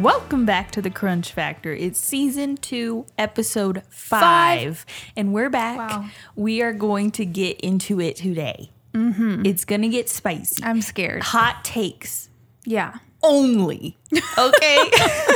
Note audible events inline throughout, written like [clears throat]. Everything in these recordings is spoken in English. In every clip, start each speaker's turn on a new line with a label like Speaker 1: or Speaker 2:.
Speaker 1: Welcome back to the Crunch Factor. It's season two, episode five, and we're back.
Speaker 2: Wow.
Speaker 1: We are going to get into it today. Mm-hmm. It's going to get spicy.
Speaker 2: I'm scared.
Speaker 1: Hot takes
Speaker 2: Yeah.
Speaker 1: only.
Speaker 2: [laughs]
Speaker 1: Okay.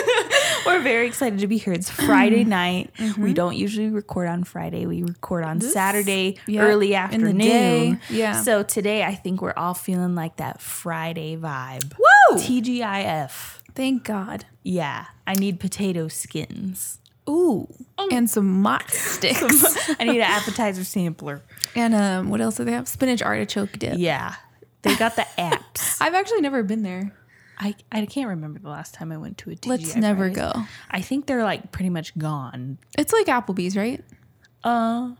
Speaker 1: [laughs] we're very excited to be here. It's Friday
Speaker 2: Mm-hmm.
Speaker 1: night. We don't usually record on Friday. We record on Saturday,
Speaker 2: yeah,
Speaker 1: early
Speaker 2: in the
Speaker 1: afternoon.
Speaker 2: day. Yeah.
Speaker 1: So today, I think we're all feeling like that Friday vibe.
Speaker 2: Woo!
Speaker 1: TGIF.
Speaker 2: Thank God.
Speaker 1: Yeah, I need potato skins.
Speaker 2: Ooh. And Oh. some mock sticks.
Speaker 1: I need an appetizer sampler.
Speaker 2: [laughs] and um, what else do they have? Spinach artichoke dip.
Speaker 1: Yeah, they got the apps.
Speaker 2: I've actually never been there.
Speaker 1: [laughs] I, I can't remember the last time I went to a. TGI
Speaker 2: Let's never
Speaker 1: Fridays.
Speaker 2: go.
Speaker 1: I think they're like pretty much gone.
Speaker 2: It's like Applebee's, right?
Speaker 1: Uh,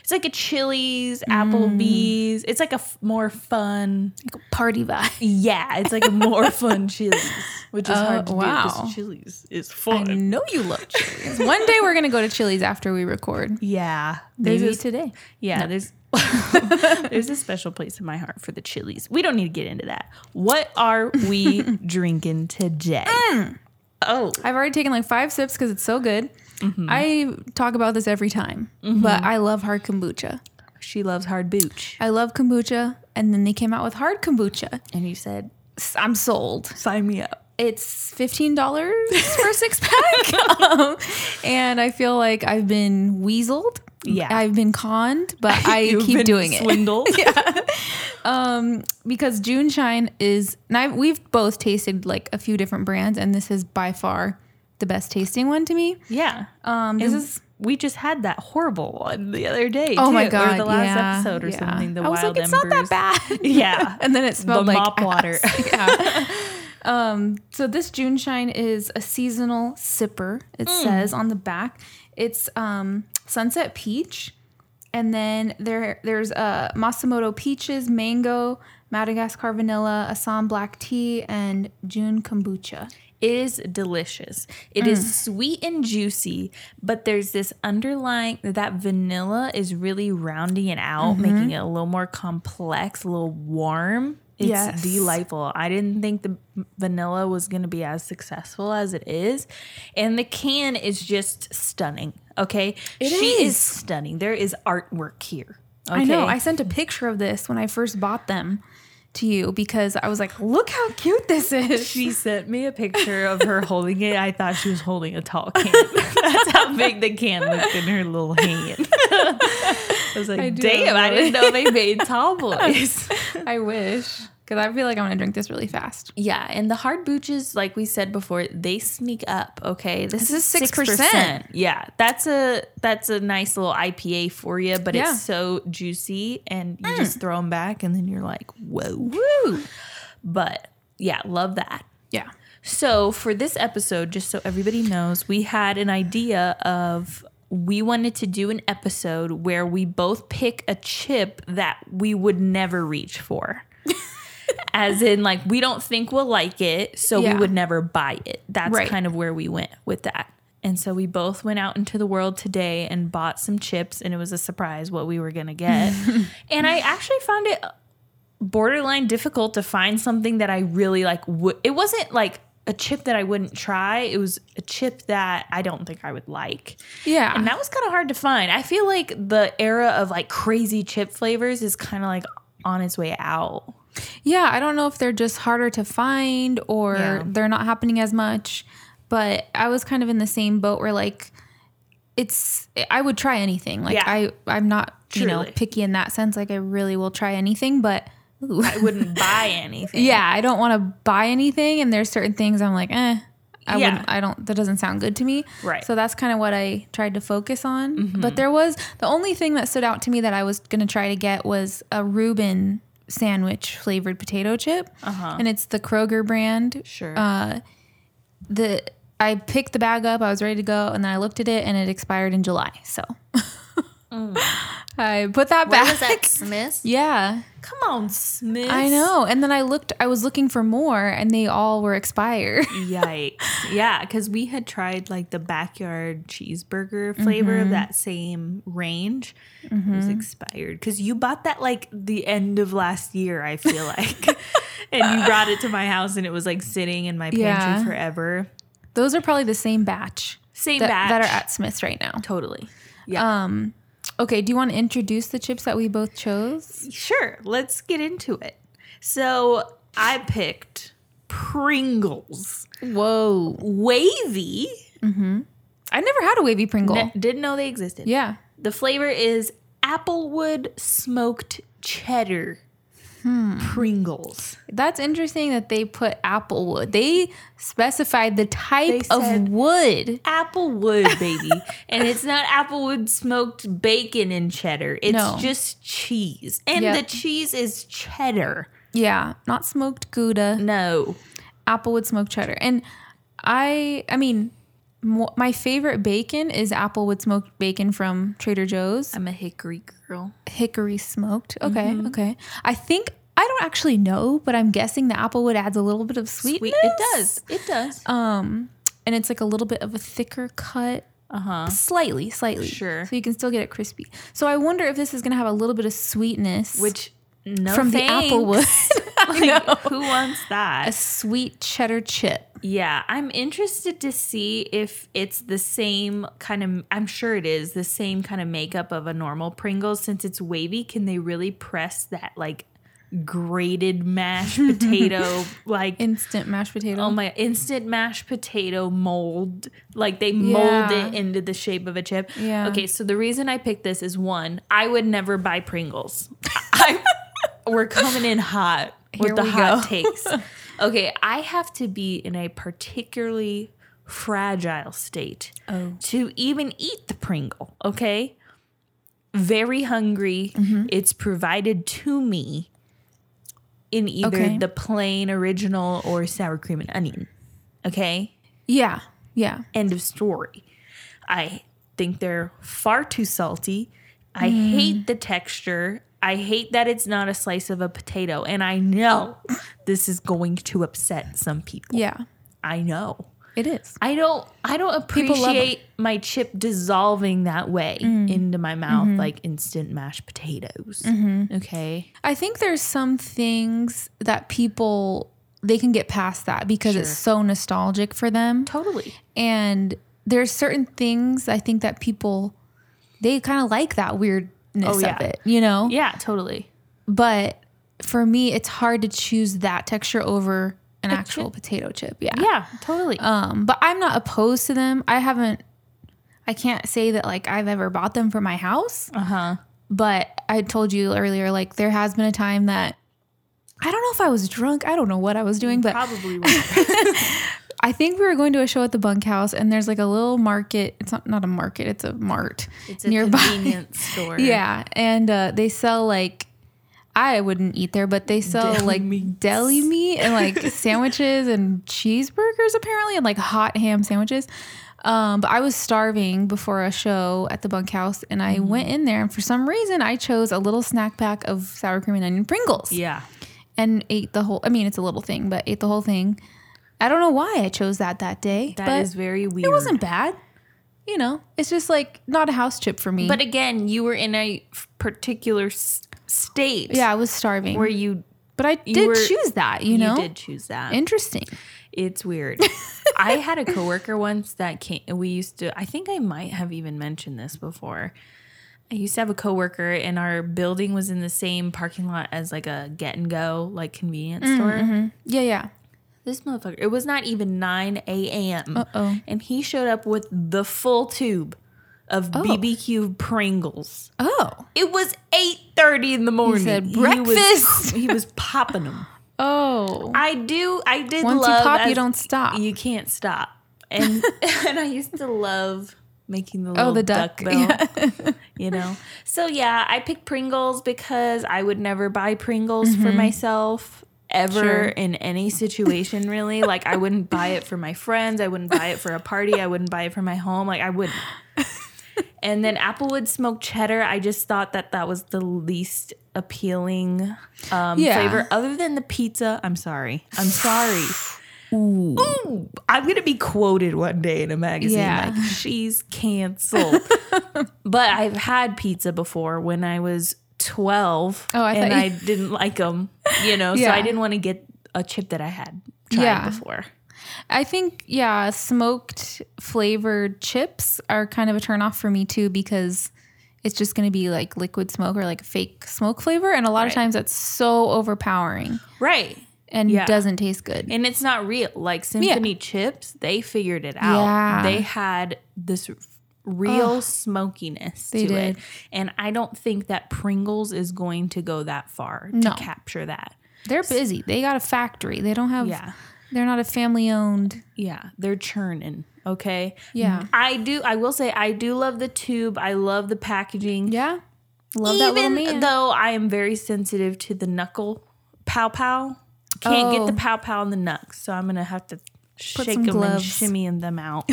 Speaker 1: it's like a Chili's, Applebee's. It's like a f- more fun.
Speaker 2: Like a party vibe.
Speaker 1: Yeah, it's like a more fun Chili's, which is
Speaker 2: Oh,
Speaker 1: hard to do
Speaker 2: wow.
Speaker 1: because Chili's is
Speaker 2: I
Speaker 1: fun.
Speaker 2: know you love Chili's. One day we're gonna go to Chili's after we record.
Speaker 1: Yeah,
Speaker 2: Maybe
Speaker 1: this-
Speaker 2: today.
Speaker 1: Yeah,
Speaker 2: [laughs]
Speaker 1: there's there's a special place in my heart for the chilies. We don't need to get into that. What are
Speaker 2: [laughs]
Speaker 1: we drinking today?
Speaker 2: Mm.
Speaker 1: Oh,
Speaker 2: I've already taken like five sips because it's so good. Mm-hmm. I talk about this every time, but I love hard kombucha.
Speaker 1: she loves hard booch.
Speaker 2: I love kombucha, and then they came out with hard kombucha.
Speaker 1: And you said,
Speaker 2: S- I'm sold.
Speaker 1: "Sign me up."
Speaker 2: It's fifteen dollars for a six
Speaker 1: [laughs]
Speaker 2: pack, um, and I feel like I've been weaseled.
Speaker 1: Yeah.
Speaker 2: I've been conned,
Speaker 1: [laughs]
Speaker 2: but I
Speaker 1: You've
Speaker 2: keep
Speaker 1: been
Speaker 2: doing it [laughs]
Speaker 1: swindled. it.
Speaker 2: because June Shine is. And I, we've both tasted like a few different brands, and this is by far the best tasting one to me.
Speaker 1: Yeah.
Speaker 2: Um, this is
Speaker 1: we just had that horrible one the other day.
Speaker 2: oh my
Speaker 1: too,
Speaker 2: god,
Speaker 1: or the last
Speaker 2: yeah,
Speaker 1: episode or
Speaker 2: yeah.
Speaker 1: something. The
Speaker 2: I was
Speaker 1: wild
Speaker 2: like, it's
Speaker 1: embers.
Speaker 2: not that
Speaker 1: [laughs]
Speaker 2: bad. [laughs]
Speaker 1: Yeah.
Speaker 2: and then it smelled
Speaker 1: the
Speaker 2: like
Speaker 1: mop water.
Speaker 2: ass. [laughs] yeah. Um, so this June Shine is a seasonal sipper. It says on the back, it's um, sunset peach, and then there there's uh, Masamoto peaches, mango, Madagascar vanilla, Assam black tea, and June kombucha.
Speaker 1: It is delicious. It is
Speaker 2: Mm.
Speaker 1: sweet and juicy, but there's this underlying that vanilla is really rounding it out,
Speaker 2: Mm-hmm.
Speaker 1: making it a little more complex, a little warm. It's
Speaker 2: Yes.
Speaker 1: delightful. I didn't think the vanilla was going to be as successful as it is. And the can is just stunning. Okay. she is.
Speaker 2: is.
Speaker 1: stunning. There is artwork here. Okay?
Speaker 2: I know. I sent a picture of this when I first bought them to you because I was like, look how cute this [laughs] is.
Speaker 1: She sent me a picture of her holding it. I thought she was holding a tall [laughs] can. That's how big the can looked in her little hand. I was like,
Speaker 2: do
Speaker 1: damn, I
Speaker 2: love
Speaker 1: didn't know they made tall boys.
Speaker 2: I wish. Because I feel like I'm going to drink this really fast.
Speaker 1: [laughs] yeah, and the hard booches, like we said before, they sneak up. Okay, this,
Speaker 2: is 6%.
Speaker 1: Yeah, that's a that's a nice little IPA for you, but
Speaker 2: Yeah.
Speaker 1: it's so juicy, and you just throw them back, and then you're like, whoa.
Speaker 2: Woo!
Speaker 1: But yeah, love that.
Speaker 2: Yeah.
Speaker 1: So, for this episode, just so everybody knows, we had an idea of we wanted to do an episode where we both pick a chip that we would never reach for. As in, like, we don't think we'll like it, so
Speaker 2: Yeah.
Speaker 1: we would never buy it. That's
Speaker 2: Right.
Speaker 1: kind of where we went with that. And so we both went out into the world today and bought some chips, and it was a surprise what we were gonna
Speaker 2: [laughs]
Speaker 1: get. and I actually found it borderline difficult to find something that I really like. Would it wasn't like a chip that I wouldn't try. It was a chip that I don't think I would like,
Speaker 2: Yeah.
Speaker 1: and that was kind of hard to find. I feel like the era of like crazy chip flavors is kind of like on its way out.
Speaker 2: yeah. I don't know if they're just harder to find or
Speaker 1: Yeah.
Speaker 2: they're not happening as much. But I was kind of in the same boat where, like, it's, I would try anything. Like,
Speaker 1: Yeah.
Speaker 2: I, I'm not, you know,
Speaker 1: Truly.
Speaker 2: picky in that sense. Like, I really will try anything, but. ooh.
Speaker 1: I
Speaker 2: [laughs]
Speaker 1: wouldn't buy anything.
Speaker 2: Yeah, I don't want to buy anything, and there's certain things I'm like, eh, I
Speaker 1: Yeah.
Speaker 2: wouldn't, I don't. That doesn't sound good to me.
Speaker 1: Right.
Speaker 2: So that's kind of what I tried to focus on. But there was the only thing that stood out to me that I was gonna try to get was a Reuben sandwich flavored potato chip, uh-huh. and it's the Kroger brand.
Speaker 1: Sure.
Speaker 2: Uh, The I picked the bag up, I was ready to go, and then I looked at it, and it expired in July. So. [laughs] I put that back. [laughs]
Speaker 1: Smith?
Speaker 2: Yeah,
Speaker 1: Come on, Smith.
Speaker 2: I know. And then I looked, I was looking for more and they all were expired.
Speaker 1: Mm. Yikes. Yeah, because we had tried like the backyard cheeseburger flavor
Speaker 2: Mm-hmm.
Speaker 1: of that same range. It was expired. Because you bought that like the end of last year, I [laughs] feel like. and you brought it to my house and it was like sitting in my pantry
Speaker 2: Yeah.
Speaker 1: forever.
Speaker 2: [laughs] Those are probably the same batch
Speaker 1: Same
Speaker 2: that,
Speaker 1: batch.
Speaker 2: that are at Smith's right now.
Speaker 1: totally. Yeah.
Speaker 2: Um, okay, do you want to introduce the chips that we both chose?
Speaker 1: sure. Let's get into it. So I picked Pringles.
Speaker 2: Whoa.
Speaker 1: Wavy.
Speaker 2: I never had a wavy Pringle.
Speaker 1: Ne- didn't know they existed.
Speaker 2: yeah.
Speaker 1: The flavor is applewood smoked cheddar Pringles.
Speaker 2: That's interesting that they put apple wood. They specified the
Speaker 1: They
Speaker 2: type
Speaker 1: said-
Speaker 2: of wood.
Speaker 1: Applewood, [laughs] baby. and it's not applewood smoked bacon and cheddar. It's
Speaker 2: No.
Speaker 1: just cheese. And
Speaker 2: Yep.
Speaker 1: the cheese is cheddar.
Speaker 2: Yeah, not smoked
Speaker 1: Mm.
Speaker 2: gouda,
Speaker 1: No.
Speaker 2: applewood smoked cheddar. And I I mean, mo- my favorite bacon is applewood smoked bacon from Trader Joe's.
Speaker 1: I'm a hickory girl.
Speaker 2: Hickory smoked. Okay,
Speaker 1: Mm-hmm.
Speaker 2: okay. I think I don't actually know, but I'm guessing the applewood adds a little bit of
Speaker 1: Sweet.
Speaker 2: sweetness.
Speaker 1: It does. It does.
Speaker 2: Um, and it's like a little bit of a thicker cut.
Speaker 1: Uh huh.
Speaker 2: Slightly, slightly.
Speaker 1: Sure.
Speaker 2: So you can still get it crispy. So I wonder if this is going to have a little bit of sweetness.
Speaker 1: Which no
Speaker 2: from the
Speaker 1: [laughs]
Speaker 2: apple wood. [laughs] I know.
Speaker 1: Who wants
Speaker 2: A
Speaker 1: that?
Speaker 2: sweet cheddar chip.
Speaker 1: Yeah, I'm interested to see if it's the same kind of. I'm sure it is the same kind of makeup of a normal Pringles. Since it's wavy, can they really press that like grated mashed potato like?
Speaker 2: Instant mashed potato.
Speaker 1: Oh my! Instant mashed potato mold, like they mold
Speaker 2: Yeah.
Speaker 1: it into the shape of a chip.
Speaker 2: Yeah.
Speaker 1: Okay, so the reason I picked this is one, I would never buy
Speaker 2: [laughs]
Speaker 1: Pringles. I, [laughs] we're coming in hot
Speaker 2: Here
Speaker 1: with the
Speaker 2: we
Speaker 1: hot
Speaker 2: go. [laughs]
Speaker 1: takes. Okay, I have to be in a particularly fragile state
Speaker 2: Oh.
Speaker 1: to even eat the Pringle. Okay, very hungry. It's provided to me in either
Speaker 2: Okay.
Speaker 1: the plain original or sour cream and onion. Okay?
Speaker 2: Yeah. Yeah.
Speaker 1: End of story. I think they're far too salty. I hate the texture. I hate that it's not a slice of a potato. And I know this is going to upset some people.
Speaker 2: Yeah.
Speaker 1: I know.
Speaker 2: It is.
Speaker 1: I don't I don't
Speaker 2: People love Mm. 'em.
Speaker 1: appreciate my chip dissolving that way into my mouth
Speaker 2: Mm-hmm.
Speaker 1: like instant mashed potatoes. Okay.
Speaker 2: I think there's some things that people they can get past that because it's so nostalgic for them.
Speaker 1: Totally.
Speaker 2: And there's certain things I think that people they kind of like that weirdness
Speaker 1: Oh, yeah.
Speaker 2: of it, you know?
Speaker 1: Yeah, totally.
Speaker 2: But for me, it's hard to choose that texture over an actual potato chip. Yeah.
Speaker 1: Yeah, totally.
Speaker 2: Um, but I'm not opposed to them. I haven't. I can't say that like I've ever bought them for my house.
Speaker 1: Uh huh.
Speaker 2: But I told you earlier, like there has been a time that I don't know if I was drunk. I don't know what I was doing, but [laughs]
Speaker 1: Probably won't.
Speaker 2: I think we were going to a show at the bunkhouse, and there's like a little market. It's not not a market. It's a mart
Speaker 1: It's a
Speaker 2: [laughs]
Speaker 1: convenience store.
Speaker 2: Yeah, and uh, they sell like I wouldn't eat there, but they sell
Speaker 1: Deli
Speaker 2: like
Speaker 1: meats.
Speaker 2: deli meat and like sandwiches and cheeseburgers apparently, and like hot ham sandwiches. Um, but I was starving before a show at the bunkhouse, and
Speaker 1: Mm.
Speaker 2: I went in there, and for some reason, I chose a little snack pack of sour cream and onion Pringles,
Speaker 1: Yeah.
Speaker 2: and ate the whole. I mean, it's a little thing, but ate the whole thing. I don't know why I chose that that day,
Speaker 1: that is
Speaker 2: but
Speaker 1: very weird.
Speaker 2: it wasn't bad. You know, it's just like not a house chip for me.
Speaker 1: But again, you were in a f- particular s- state
Speaker 2: yeah, I was starving.
Speaker 1: where you
Speaker 2: But I
Speaker 1: You
Speaker 2: did
Speaker 1: were-
Speaker 2: choose that, you know?
Speaker 1: you did choose that.
Speaker 2: Interesting.
Speaker 1: It's
Speaker 2: [laughs]
Speaker 1: weird. I had a coworker once that came. We used to. I think I might have even mentioned this before. I used to have a coworker, and our building was in the same parking lot as like a get and go like convenience
Speaker 2: Mm, mm-hmm.
Speaker 1: store.
Speaker 2: Yeah, yeah.
Speaker 1: This motherfucker. It was not even nine a.m.
Speaker 2: Uh-oh.
Speaker 1: and he showed up with the full tube of BBQ Pringles.
Speaker 2: Oh.
Speaker 1: It was eight thirty in the morning.
Speaker 2: said,
Speaker 1: was,
Speaker 2: "Breakfast."
Speaker 1: he was popping
Speaker 2: [laughs]
Speaker 1: them.
Speaker 2: Oh.
Speaker 1: I do. I did.
Speaker 2: Once you
Speaker 1: love
Speaker 2: pop, you
Speaker 1: as-
Speaker 2: don't stop.
Speaker 1: You can't stop. And [laughs] and I used to love making the little
Speaker 2: Oh, the
Speaker 1: duck,
Speaker 2: duck, [laughs]
Speaker 1: bill. You know. [laughs] So yeah, I picked Pringles because I would never buy Pringles for myself ever
Speaker 2: Sure.
Speaker 1: in any situation really like i wouldn't buy it for my friends i wouldn't buy it for a party i wouldn't buy it for my home like i wouldn't and then applewood smoked cheddar i just thought that that was the least appealing um,
Speaker 2: Yeah.
Speaker 1: flavor other than the pizza i'm sorry i'm sorry Ooh, I'm gonna be quoted one day in a magazine
Speaker 2: Yeah.
Speaker 1: like she's canceled. but I've had pizza before when I was 12,
Speaker 2: Oh, I
Speaker 1: and
Speaker 2: thought
Speaker 1: I
Speaker 2: you-
Speaker 1: didn't like them. You know, so
Speaker 2: Yeah.
Speaker 1: I didn't want to get a chip that I had tried
Speaker 2: Yeah.
Speaker 1: before.
Speaker 2: I think yeah, smoked flavored chips are kind of a turnoff for me too because it's just going to be like liquid smoke or like a fake smoke flavor, and a lot of
Speaker 1: Right.
Speaker 2: times that's so overpowering
Speaker 1: Right.
Speaker 2: and
Speaker 1: Yeah.
Speaker 2: doesn't taste good.
Speaker 1: And it's not real. Like Symphony Chips, they figured it out.
Speaker 2: Yeah.
Speaker 1: They had this real smokiness
Speaker 2: They
Speaker 1: to it.
Speaker 2: did.
Speaker 1: And I don't think that Pringles is going to go that far
Speaker 2: No.
Speaker 1: to capture that.
Speaker 2: They're busy. They got a factory. They don't have.
Speaker 1: Yeah.
Speaker 2: They're not a family owned.
Speaker 1: Yeah, they're churning. Okay.
Speaker 2: Yeah.
Speaker 1: I do. I will say I do love the tube. I love the packaging.
Speaker 2: Yeah. Love that little
Speaker 1: Even
Speaker 2: man.
Speaker 1: though I am very sensitive to the knuckle pow pow, can't
Speaker 2: Oh.
Speaker 1: get the pow pow and the knucks, so I'm gonna have to shake
Speaker 2: some
Speaker 1: them and
Speaker 2: gloves.
Speaker 1: shimmy them
Speaker 2: [laughs]
Speaker 1: out.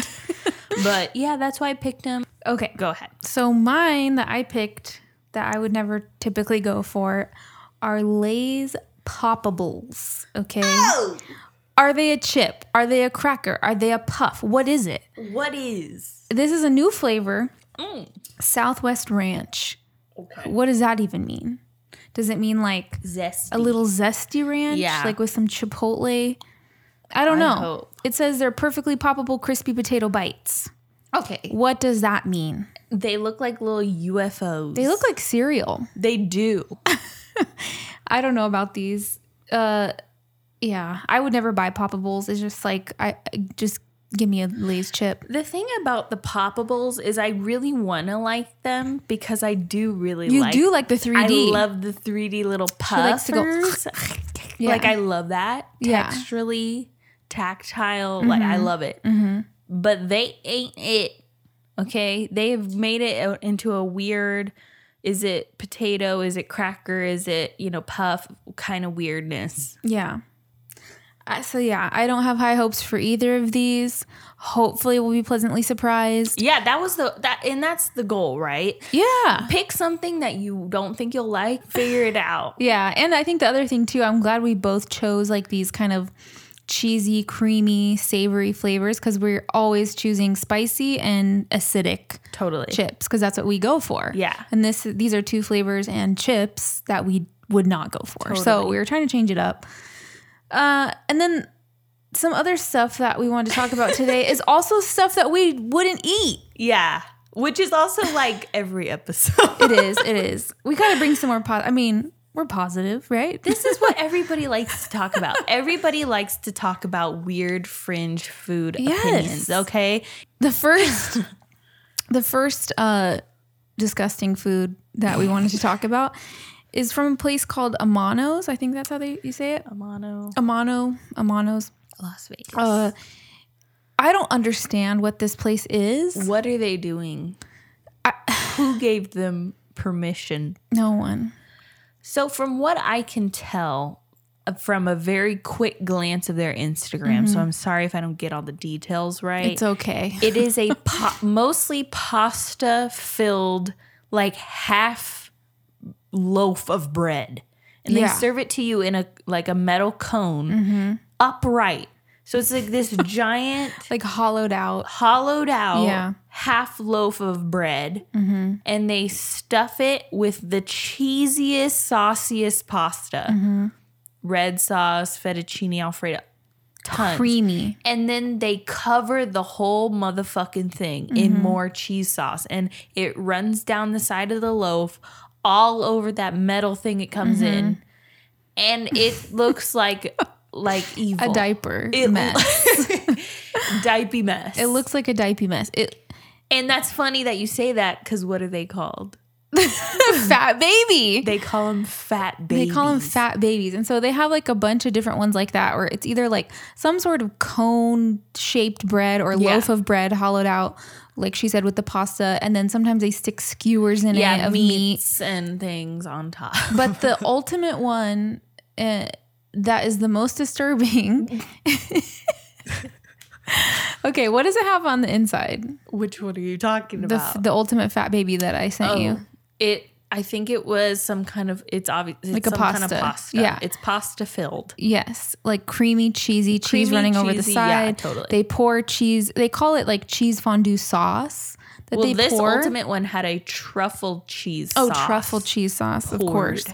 Speaker 1: but yeah, that's why I picked them.
Speaker 2: okay.
Speaker 1: Go ahead.
Speaker 2: So mine that I picked that I would never typically go for are Lay's poppables. Okay.
Speaker 1: Oh,
Speaker 2: Are they a chip? Are they a cracker? Are they a puff? What is it?
Speaker 1: What is?
Speaker 2: This is a new flavor,
Speaker 1: Mm.
Speaker 2: Southwest Ranch.
Speaker 1: Okay.
Speaker 2: What does that even mean? Does it mean like
Speaker 1: Zesty.
Speaker 2: a little zesty ranch,
Speaker 1: Yeah.
Speaker 2: like with some chipotle? I don't know.
Speaker 1: hope.
Speaker 2: It says they're perfectly poppable crispy potato bites.
Speaker 1: Okay.
Speaker 2: What does that mean?
Speaker 1: They look like little UFOs.
Speaker 2: They look like cereal.
Speaker 1: They do.
Speaker 2: I don't know about these. Uh, yeah, I would never buy poppables. It's just like I I- just give me a Lay's chip.
Speaker 1: The thing about the poppables is I really want to like them because I do really
Speaker 2: You
Speaker 1: like
Speaker 2: do like the 3D.
Speaker 1: I love the 3D little
Speaker 2: likes
Speaker 1: puffers.
Speaker 2: to go- [laughs] Yeah.
Speaker 1: Like I love that
Speaker 2: Yeah. Mm-hmm.
Speaker 1: texturally, tactile. Like I love it. But they ain't it. Okay, they have made it out into a weird. Is it potato? Is it cracker? Is it you know puff kind of weirdness?
Speaker 2: yeah. I, so yeah, I don't have high hopes for either of these. Hopefully, we'll be pleasantly surprised.
Speaker 1: Yeah, that was the that and that's the goal, right?
Speaker 2: Yeah.
Speaker 1: Pick something that you don't think you'll like, figure it
Speaker 2: [sighs]
Speaker 1: out.
Speaker 2: Yeah, and I think the other thing too, I'm glad we both chose like these kind of cheesy, creamy, savory flavors because we're always choosing spicy and acidic.
Speaker 1: Totally.
Speaker 2: chips because that's what we go for.
Speaker 1: Yeah.
Speaker 2: And this these are two flavors and chips that we would not go for. So
Speaker 1: Totally.
Speaker 2: we were trying to change it up. Uh, and then some other stuff that we wanted to talk about today is also stuff that we wouldn't eat.
Speaker 1: Yeah. Which is also like every episode.
Speaker 2: It is. It is. We gotta bring some more. Po- I mean, we're positive, right?
Speaker 1: This is what everybody likes to talk about. Everybody likes to talk about weird fringe food
Speaker 2: Yes.
Speaker 1: opinions, okay?
Speaker 2: the first the first uh disgusting food that we wanted to talk about is from a place called Amano's. I think that's how they you say it.
Speaker 1: Amano,
Speaker 2: Amano, Amano's.
Speaker 1: Las Vegas.
Speaker 2: Uh, I don't understand what this place is.
Speaker 1: what are they doing? Who gave them permission?
Speaker 2: No one.
Speaker 1: So, from what I can tell uh, from a very quick glance of their Instagram,
Speaker 2: Mm-hmm.
Speaker 1: so I'm sorry if I don't get all the details right.
Speaker 2: It's okay.
Speaker 1: It is a pa- mostly pasta filled, like half loaf of bread, and
Speaker 2: Yeah. Mm-hmm.
Speaker 1: they serve it to you in a like a metal cone, upright. So it's like this giant
Speaker 2: like hollowed out.
Speaker 1: hollowed out
Speaker 2: Yeah. Mm-hmm.
Speaker 1: half loaf of bread, and they stuff it with the cheesiest, sauciest pasta,
Speaker 2: Mm-hmm.
Speaker 1: red sauce, fettuccine alfredo, tons
Speaker 2: Creamy.
Speaker 1: and then they cover the whole motherfucking thing
Speaker 2: Mm-hmm.
Speaker 1: in more cheese sauce and it runs down the side of the loaf all over that metal thing it comes
Speaker 2: Mm-hmm.
Speaker 1: in and
Speaker 2: [laughs]
Speaker 1: it looks like like evil
Speaker 2: A diaper
Speaker 1: it,
Speaker 2: mess.
Speaker 1: [laughs] dipey mess
Speaker 2: it looks like a diaper mess. It [laughs]
Speaker 1: and that's funny that you say that because what are they called
Speaker 2: fat baby.
Speaker 1: they call them fat
Speaker 2: They
Speaker 1: babies
Speaker 2: call them fat babies. And so they have like a bunch of different ones like that, where it's either like some sort of cone shaped bread or
Speaker 1: Yeah.
Speaker 2: loaf of bread hollowed out, like she said, with the pasta. And then sometimes they stick skewers in it
Speaker 1: yeah
Speaker 2: of meat.
Speaker 1: meats and things on top
Speaker 2: But the [laughs] ultimate one uh, that is the most disturbing. [laughs] okay, what does it have on the inside?
Speaker 1: [laughs] which one are you talking
Speaker 2: The, f- the ultimate fat baby that I sent
Speaker 1: Oh.
Speaker 2: you.
Speaker 1: It I think it was some kind of it's obvious it's
Speaker 2: Like a
Speaker 1: some kind
Speaker 2: pasta.
Speaker 1: of pasta.
Speaker 2: Yeah.
Speaker 1: It's pasta filled.
Speaker 2: Yes, like creamy, cheesy cheese
Speaker 1: Creamy,
Speaker 2: running over the
Speaker 1: cheesy, yeah,
Speaker 2: side.
Speaker 1: totally.
Speaker 2: They pour cheese. They call it like cheese fondue sauce that
Speaker 1: Well,
Speaker 2: they
Speaker 1: this
Speaker 2: pour.
Speaker 1: ultimate one had a truffle cheese
Speaker 2: oh,
Speaker 1: sauce.
Speaker 2: truffle cheese sauce, of
Speaker 1: poured.
Speaker 2: course.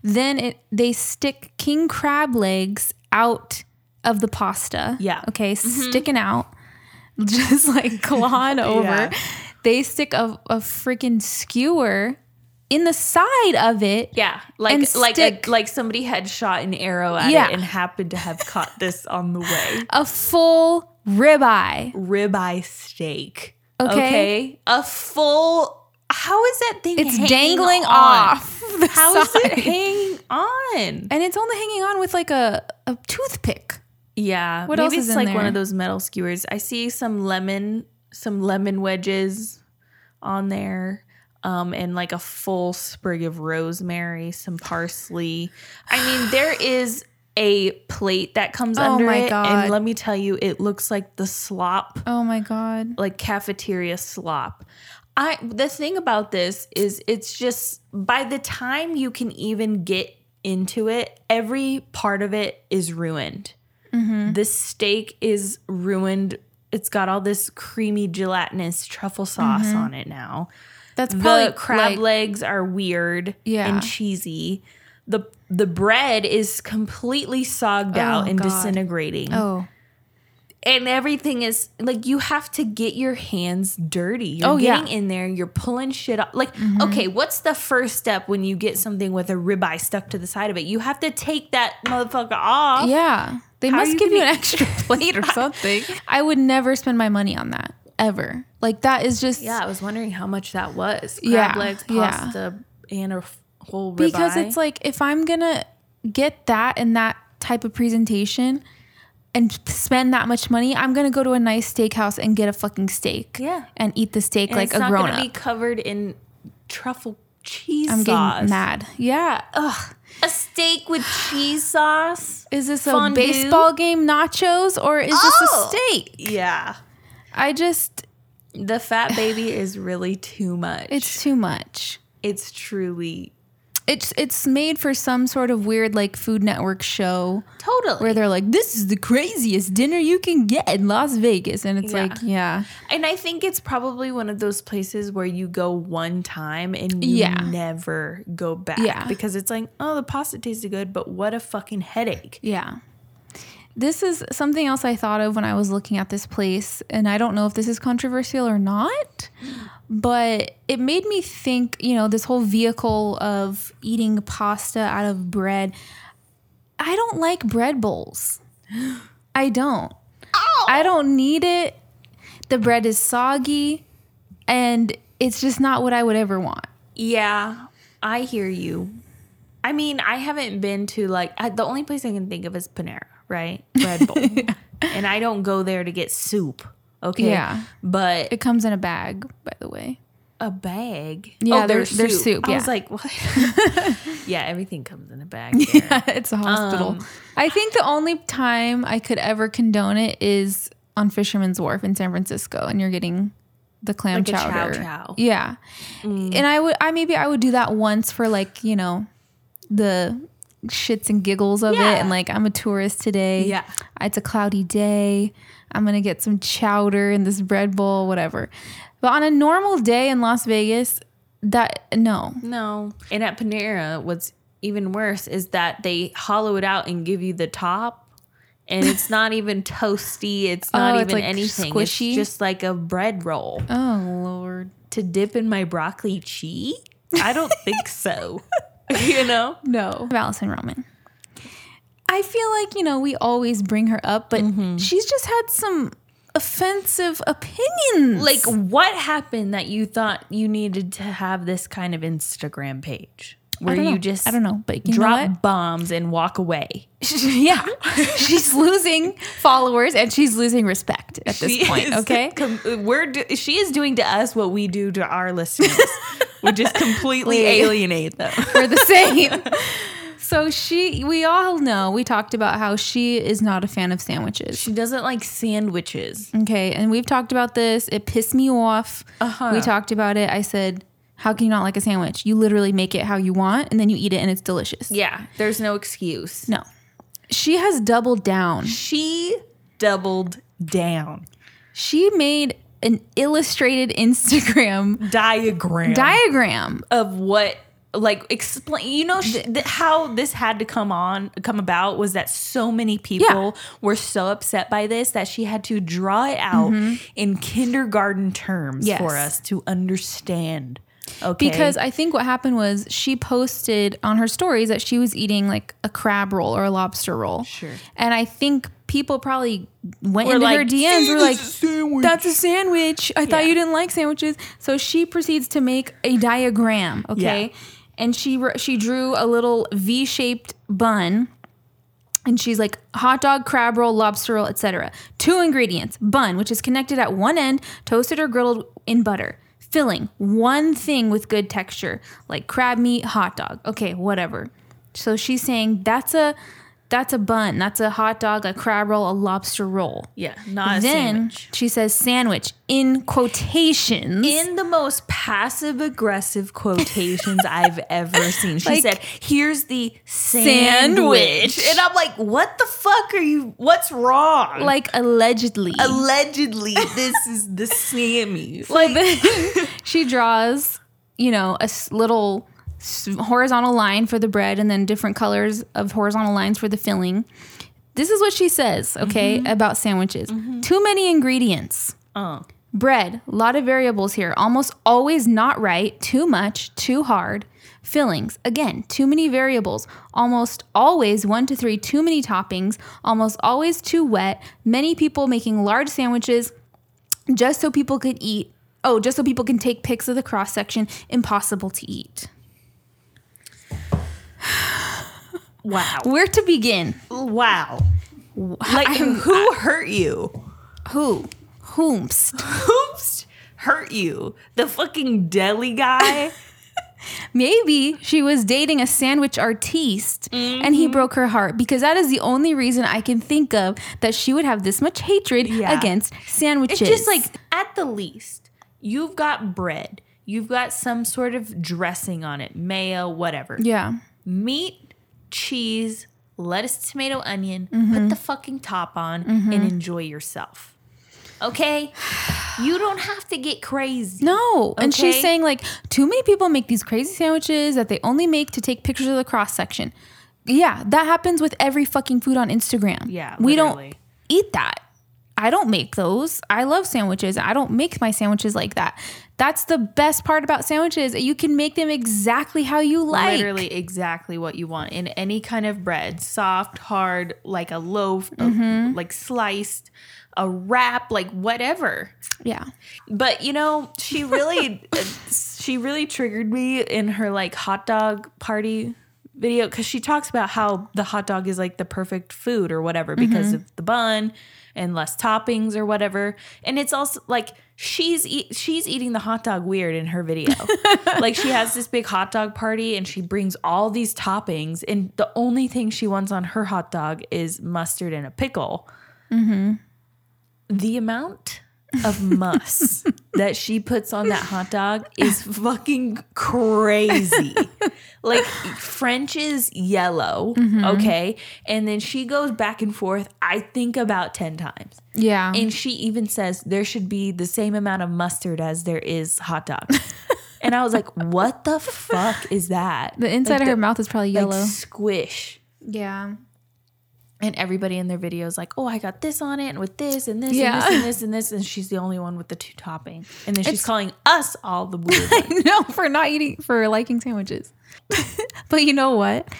Speaker 2: Then it they stick king crab legs out of the pasta.
Speaker 1: Yeah. Mm-hmm.
Speaker 2: Okay. Sticking out, [laughs] just like clawing over.
Speaker 1: [laughs] Yeah.
Speaker 2: They stick a, a freaking skewer in the side of it.
Speaker 1: Yeah, like
Speaker 2: And
Speaker 1: like
Speaker 2: stick-
Speaker 1: a, like somebody had shot an arrow at
Speaker 2: Yeah. Uh,
Speaker 1: it and happened to have caught this on the
Speaker 2: [laughs]
Speaker 1: way.
Speaker 2: A full ribeye.
Speaker 1: Ribeye steak.
Speaker 2: Okay.
Speaker 1: a full. How is that thing?
Speaker 2: It's
Speaker 1: hanging
Speaker 2: dangling
Speaker 1: on?
Speaker 2: off. [laughs] The
Speaker 1: How is
Speaker 2: side.
Speaker 1: it hanging on?
Speaker 2: And it's only hanging on with like a, a toothpick.
Speaker 1: Yeah.
Speaker 2: What
Speaker 1: maybe
Speaker 2: else
Speaker 1: it's
Speaker 2: is in
Speaker 1: like one
Speaker 2: there?
Speaker 1: of those metal skewers. I see some lemon, some lemon wedges on there. Um, and like a full sprig of rosemary, some parsley. I
Speaker 2: [sighs]
Speaker 1: mean, there is a plate that comes
Speaker 2: Oh
Speaker 1: under
Speaker 2: my
Speaker 1: it,
Speaker 2: God.
Speaker 1: and let me tell you, it looks like the slop,
Speaker 2: Oh my god.
Speaker 1: like cafeteria slop. I the thing about this is, it's just by the time you can even get into it, every part of it is ruined.
Speaker 2: Mm-hmm.
Speaker 1: This steak is ruined. It's got all this creamy gelatinous truffle sauce on it now.
Speaker 2: That's Mm-hmm. probably
Speaker 1: The crab
Speaker 2: like-
Speaker 1: legs are weird
Speaker 2: Yeah.
Speaker 1: and cheesy. The the bread is completely sogged out and
Speaker 2: Oh, God.
Speaker 1: disintegrating.
Speaker 2: Oh.
Speaker 1: And everything is like you have to get your hands dirty. You're
Speaker 2: Oh, yeah.
Speaker 1: getting in there, you're pulling shit up. Like, okay, what's the first step when you get something with a ribeye stuck to the side of it? You have to take that motherfucker off.
Speaker 2: Yeah. They
Speaker 1: How are
Speaker 2: must
Speaker 1: you
Speaker 2: give Oh, you [laughs]
Speaker 1: gonna-
Speaker 2: an extra plate or something. I would never spend my money on that ever. Like that is just
Speaker 1: Yeah, I was wondering how much that was. Crab
Speaker 2: Yeah,
Speaker 1: legs,
Speaker 2: yeah.
Speaker 1: pasta, and a f- whole ribeye.
Speaker 2: because it's like if I'm gonna get that and that type of presentation and spend that much money, I'm gonna go to a nice steakhouse and get a fucking steak.
Speaker 1: Yeah.
Speaker 2: And eat the steak
Speaker 1: And
Speaker 2: like
Speaker 1: it's
Speaker 2: a
Speaker 1: not
Speaker 2: grown
Speaker 1: gonna be
Speaker 2: up.
Speaker 1: covered in truffle cheese
Speaker 2: I'm
Speaker 1: sauce.
Speaker 2: getting mad. Yeah. Ugh.
Speaker 1: A steak with cheese sauce.
Speaker 2: Is this a
Speaker 1: Fondue?
Speaker 2: baseball game nachos or is
Speaker 1: Oh.
Speaker 2: this a steak?
Speaker 1: [sighs] Yeah,
Speaker 2: I just
Speaker 1: the fat baby is really too much.
Speaker 2: it's too much.
Speaker 1: it's truly
Speaker 2: It's it's made for some sort of weird like Food Network show
Speaker 1: totally.
Speaker 2: where they're like, "This is the craziest dinner you can get in Las Vegas," and it's
Speaker 1: Yeah.
Speaker 2: like, yeah,
Speaker 1: and I think it's probably one of those places where you go one time and you
Speaker 2: Yeah.
Speaker 1: never go back.
Speaker 2: Yeah.
Speaker 1: because it's like, oh, the pasta tasted good, but what a fucking headache.
Speaker 2: yeah. This is something else I thought of when I was looking at this place, and I don't know if this is controversial or not, but it made me think. You know, this whole vehicle of eating pasta out of bread. I don't like bread bowls. I don't. I don't need it. The bread is soggy and it's just not what I would ever want.
Speaker 1: Yeah, I hear you. I mean, I haven't been to like I, the only place I can think of is Panera,
Speaker 2: [laughs]
Speaker 1: right? Bread Bowl, and I don't go there to get soup. Okay,
Speaker 2: Yeah.
Speaker 1: but
Speaker 2: It comes in a bag, by the way.
Speaker 1: a bag. Oh,
Speaker 2: Yeah, their- their soup,
Speaker 1: I
Speaker 2: yeah.
Speaker 1: was like, what? [laughs]
Speaker 2: [laughs]
Speaker 1: yeah, everything comes in a bag. there.
Speaker 2: it's a hospital.
Speaker 1: Um,
Speaker 2: I think the only time I could ever condone it is on Fisherman's Wharf in San Francisco and you're getting the clam
Speaker 1: Like a chow
Speaker 2: chowder.
Speaker 1: chow. Mm.
Speaker 2: Yeah. And I would I maybe I would do that once for like, you know, the shits and giggles of
Speaker 1: Yeah.
Speaker 2: it and like I'm a tourist today.
Speaker 1: Yeah.
Speaker 2: It's a cloudy day. I'm going to get some chowder in this bread bowl, whatever. But on a normal day in Las Vegas, that no.
Speaker 1: No, and at Panera, what's even worse is that they hollow it out and give you the top. And it's not even toasty. It's not
Speaker 2: Oh,
Speaker 1: even
Speaker 2: it's like
Speaker 1: anything.
Speaker 2: squishy?
Speaker 1: It's just like a bread roll.
Speaker 2: Oh lord.
Speaker 1: to dip in my broccoli cheese? I [laughs] don't think so. you know?
Speaker 2: No. Allison Roman. I feel like, you know, we always bring her up, but
Speaker 1: Mm-hmm.
Speaker 2: she's just had some offensive opinions.
Speaker 1: Like, what happened that you thought you needed to have this kind of Instagram page
Speaker 2: I
Speaker 1: where
Speaker 2: don't
Speaker 1: you
Speaker 2: know.
Speaker 1: just
Speaker 2: I don't know, but you know
Speaker 1: drop
Speaker 2: what? [laughs]
Speaker 1: bombs and walk away?
Speaker 2: yeah,
Speaker 1: [laughs]
Speaker 2: she's losing followers and she's losing respect at this
Speaker 1: She [laughs]
Speaker 2: point.
Speaker 1: is
Speaker 2: Okay,
Speaker 1: com- we're do- she is doing to us what we do to our
Speaker 2: [laughs]
Speaker 1: listeners, which is completely
Speaker 2: Wait.
Speaker 1: alienate
Speaker 2: [laughs]
Speaker 1: them.
Speaker 2: we're the same. So she, we all know, we talked about how she is not a fan of sandwiches.
Speaker 1: She doesn't like sandwiches.
Speaker 2: Okay, and we've talked about this. It pissed me off.
Speaker 1: Uh-huh.
Speaker 2: We talked about it. I said, "How can you not like a sandwich? You literally make it how you want, and then you eat it, and it's delicious."
Speaker 1: Yeah, there's no excuse.
Speaker 2: No, she has doubled down.
Speaker 1: She doubled down.
Speaker 2: She made
Speaker 1: [laughs]
Speaker 2: an illustrated Instagram
Speaker 1: Diagram.
Speaker 2: diagram
Speaker 1: of what like explain you know sh- th- how this had to come on come about was that so many people were so upset by this that she had to draw it out in kindergarten terms
Speaker 2: Mm-hmm. Yes.
Speaker 1: for us to understand okay
Speaker 2: Because I think what happened was she posted on her stories that she was eating like a crab roll or a lobster roll.
Speaker 1: Sure.
Speaker 2: And I think people probably went
Speaker 1: Were
Speaker 2: into
Speaker 1: like,
Speaker 2: her DMs
Speaker 1: "See,
Speaker 2: were
Speaker 1: this
Speaker 2: like,
Speaker 1: is a sandwich."
Speaker 2: that's a sandwich. I thought
Speaker 1: Yeah.
Speaker 2: you didn't like sandwiches. So she proceeds to make a diagram. Okay.
Speaker 1: Yeah.
Speaker 2: And she wr- she drew a little V shaped bun. And she's like hot dog, crab roll, lobster roll, etc. Two ingredients: bun, which is connected at one end, toasted or griddled in butter. Filling, one thing with good texture, like crab meat, hot dog. Okay, whatever. So she's saying that's a that's a bun, that's a hot dog, a crab roll, a lobster roll.
Speaker 1: yeah not a
Speaker 2: then
Speaker 1: sandwich
Speaker 2: she says sandwich in quotations.
Speaker 1: in the most passive aggressive quotations I've ever seen. She
Speaker 2: Like,
Speaker 1: said, "Here's the sandwich.
Speaker 2: sandwich.
Speaker 1: and I'm like, "What the fuck are you? What's wrong?"
Speaker 2: like allegedly.
Speaker 1: allegedly, this is [laughs] the sandwich.
Speaker 2: like [laughs] then she draws you know a s- little s- horizontal line for the bread and then different colors of horizontal lines for the filling this is what she says okay about sandwiches too many ingredients
Speaker 1: Oh.
Speaker 2: bread a lot of variables here almost always not right too much too hard fillings again too many variables almost always one to three too many toppings almost always too wet many people making large sandwiches just so people could eat. Oh, just so people can take pics of the cross section. Impossible to eat.
Speaker 1: Wow.
Speaker 2: Where to begin?
Speaker 1: Wow. Like who hurt you? [laughs]
Speaker 2: Who? Whomst?
Speaker 1: Whoops hurt you. The fucking deli guy.
Speaker 2: Maybe she was dating a sandwich artiste and
Speaker 1: Mm-hmm.
Speaker 2: he broke her heart because that is the only reason I can think of that she would have this much hatred
Speaker 1: Yeah.
Speaker 2: against sandwiches.
Speaker 1: It's just like at the least, you've got bread. You've got some sort of dressing on it, mayo, whatever.
Speaker 2: yeah.
Speaker 1: meat, cheese, lettuce, tomato, onion,
Speaker 2: Mm-hmm.
Speaker 1: put the fucking top on and enjoy yourself. Okay? [sighs] You don't have to get crazy.
Speaker 2: No. And she's
Speaker 1: Okay.
Speaker 2: saying, like, too many people make these crazy sandwiches that they only make to take pictures of the cross section. Yeah, that happens with every fucking food on Instagram.
Speaker 1: Yeah,
Speaker 2: We don't
Speaker 1: literally.
Speaker 2: eat that. I don't make those. I love sandwiches. I don't make my sandwiches like that. That's the best part about sandwiches. You can make them exactly how you like.
Speaker 1: Literally exactly what you want in any kind of bread, soft, hard, like a loaf, a-
Speaker 2: Mm-hmm.
Speaker 1: like sliced, a wrap, like whatever.
Speaker 2: Yeah.
Speaker 1: But you know, she really she really triggered me in her like hot dog party video cuz she talks about how the hot dog is like the perfect food or whatever because of the bun and less toppings or whatever. And it's also like she's eat, she's eating the hot dog weird in her video. like she has this big hot dog party and she brings all these toppings and the only thing she wants on her hot dog is mustard and a pickle the amount of muss that she puts on that hot dog is fucking crazy. like French is yellow,
Speaker 2: Mm-hmm.
Speaker 1: okay? And then she goes back and forth, I think about 10 times.
Speaker 2: Yeah.
Speaker 1: And she even says there should be the same amount of mustard as there is hot dog.
Speaker 2: [laughs]
Speaker 1: and I was like, what the fuck is that?
Speaker 2: the inside of her mouth is probably
Speaker 1: Like
Speaker 2: yellow. [laughs]
Speaker 1: squish.
Speaker 2: yeah.
Speaker 1: And everybody in their videos like, oh, I got this on it and with this and this
Speaker 2: Yeah.
Speaker 1: and this and this and this. And she's the only one with the two topping. And then she's calling us all the
Speaker 2: [laughs]
Speaker 1: weird ones.
Speaker 2: no, for not eating, for liking sandwiches. [laughs] but you know what?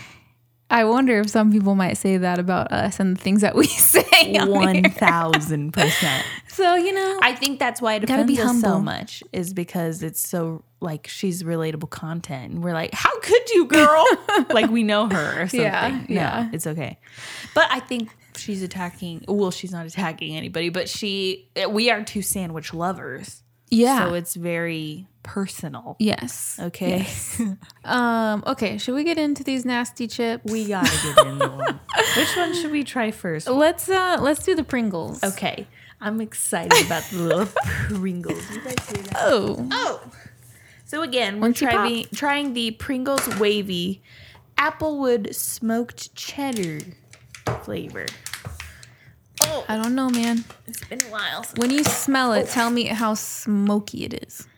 Speaker 2: I wonder if some people might say that about us and the things that we [laughs] say. on
Speaker 1: One
Speaker 2: here.
Speaker 1: thousand percent.
Speaker 2: So you know,
Speaker 1: I think that's why it
Speaker 2: Gotta
Speaker 1: offends
Speaker 2: be
Speaker 1: us so
Speaker 2: humble.
Speaker 1: much is because it's so like she's relatable content, and we're like, how could you,
Speaker 2: [laughs]
Speaker 1: girl? like we know her or something.
Speaker 2: Yeah,
Speaker 1: no,
Speaker 2: yeah.
Speaker 1: it's okay. But I think she's attacking. Well, she's not attacking anybody, but she. We are two sandwich lovers,
Speaker 2: yeah.
Speaker 1: so it's very personal.
Speaker 2: yes.
Speaker 1: Okay.
Speaker 2: Um. Okay. Should we get into these nasty chips?
Speaker 1: We gotta get into one. Which one should we try first?
Speaker 2: let's uh let's do the Pringles.
Speaker 1: Okay, I'm excited about the [laughs] little Pringles. You guys hear that?
Speaker 2: Oh.
Speaker 1: Oh, so again, we're
Speaker 2: Once you
Speaker 1: trying trying the Pringles wavy applewood smoked cheddar flavor. Oh,
Speaker 2: I don't know, man.
Speaker 1: it's been a while. Since
Speaker 2: When you smell it, tell me how smoky it is.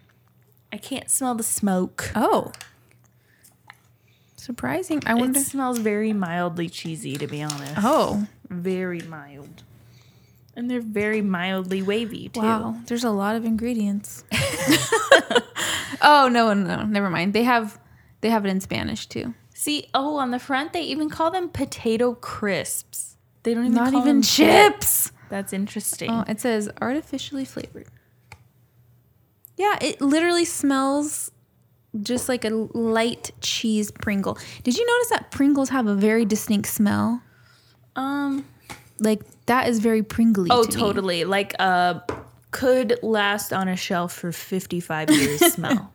Speaker 1: I can't smell the smoke.
Speaker 2: Oh. Surprising. I wonder.
Speaker 1: It smells very mildly cheesy, to be honest.
Speaker 2: oh,
Speaker 1: Very mild. And they're very mildly wavy, too.
Speaker 2: wow. There's a lot of [laughs] ingredients. oh no, no, no, never mind. They have they have it in Spanish too.
Speaker 1: See, oh, on the front, they even call them potato crisps. They don't even
Speaker 2: Not
Speaker 1: call
Speaker 2: even
Speaker 1: them
Speaker 2: chips.
Speaker 1: That's interesting.
Speaker 2: Oh, it says artificially flavored. Yeah, it literally smells just like a light cheese Pringle. Did you notice that Pringles have a very distinct smell?
Speaker 1: Um.
Speaker 2: Like that is very Pringly.
Speaker 1: Oh,
Speaker 2: to me.
Speaker 1: totally. Like uh, could last on a shelf for fifty-five years.
Speaker 2: [laughs]
Speaker 1: Smell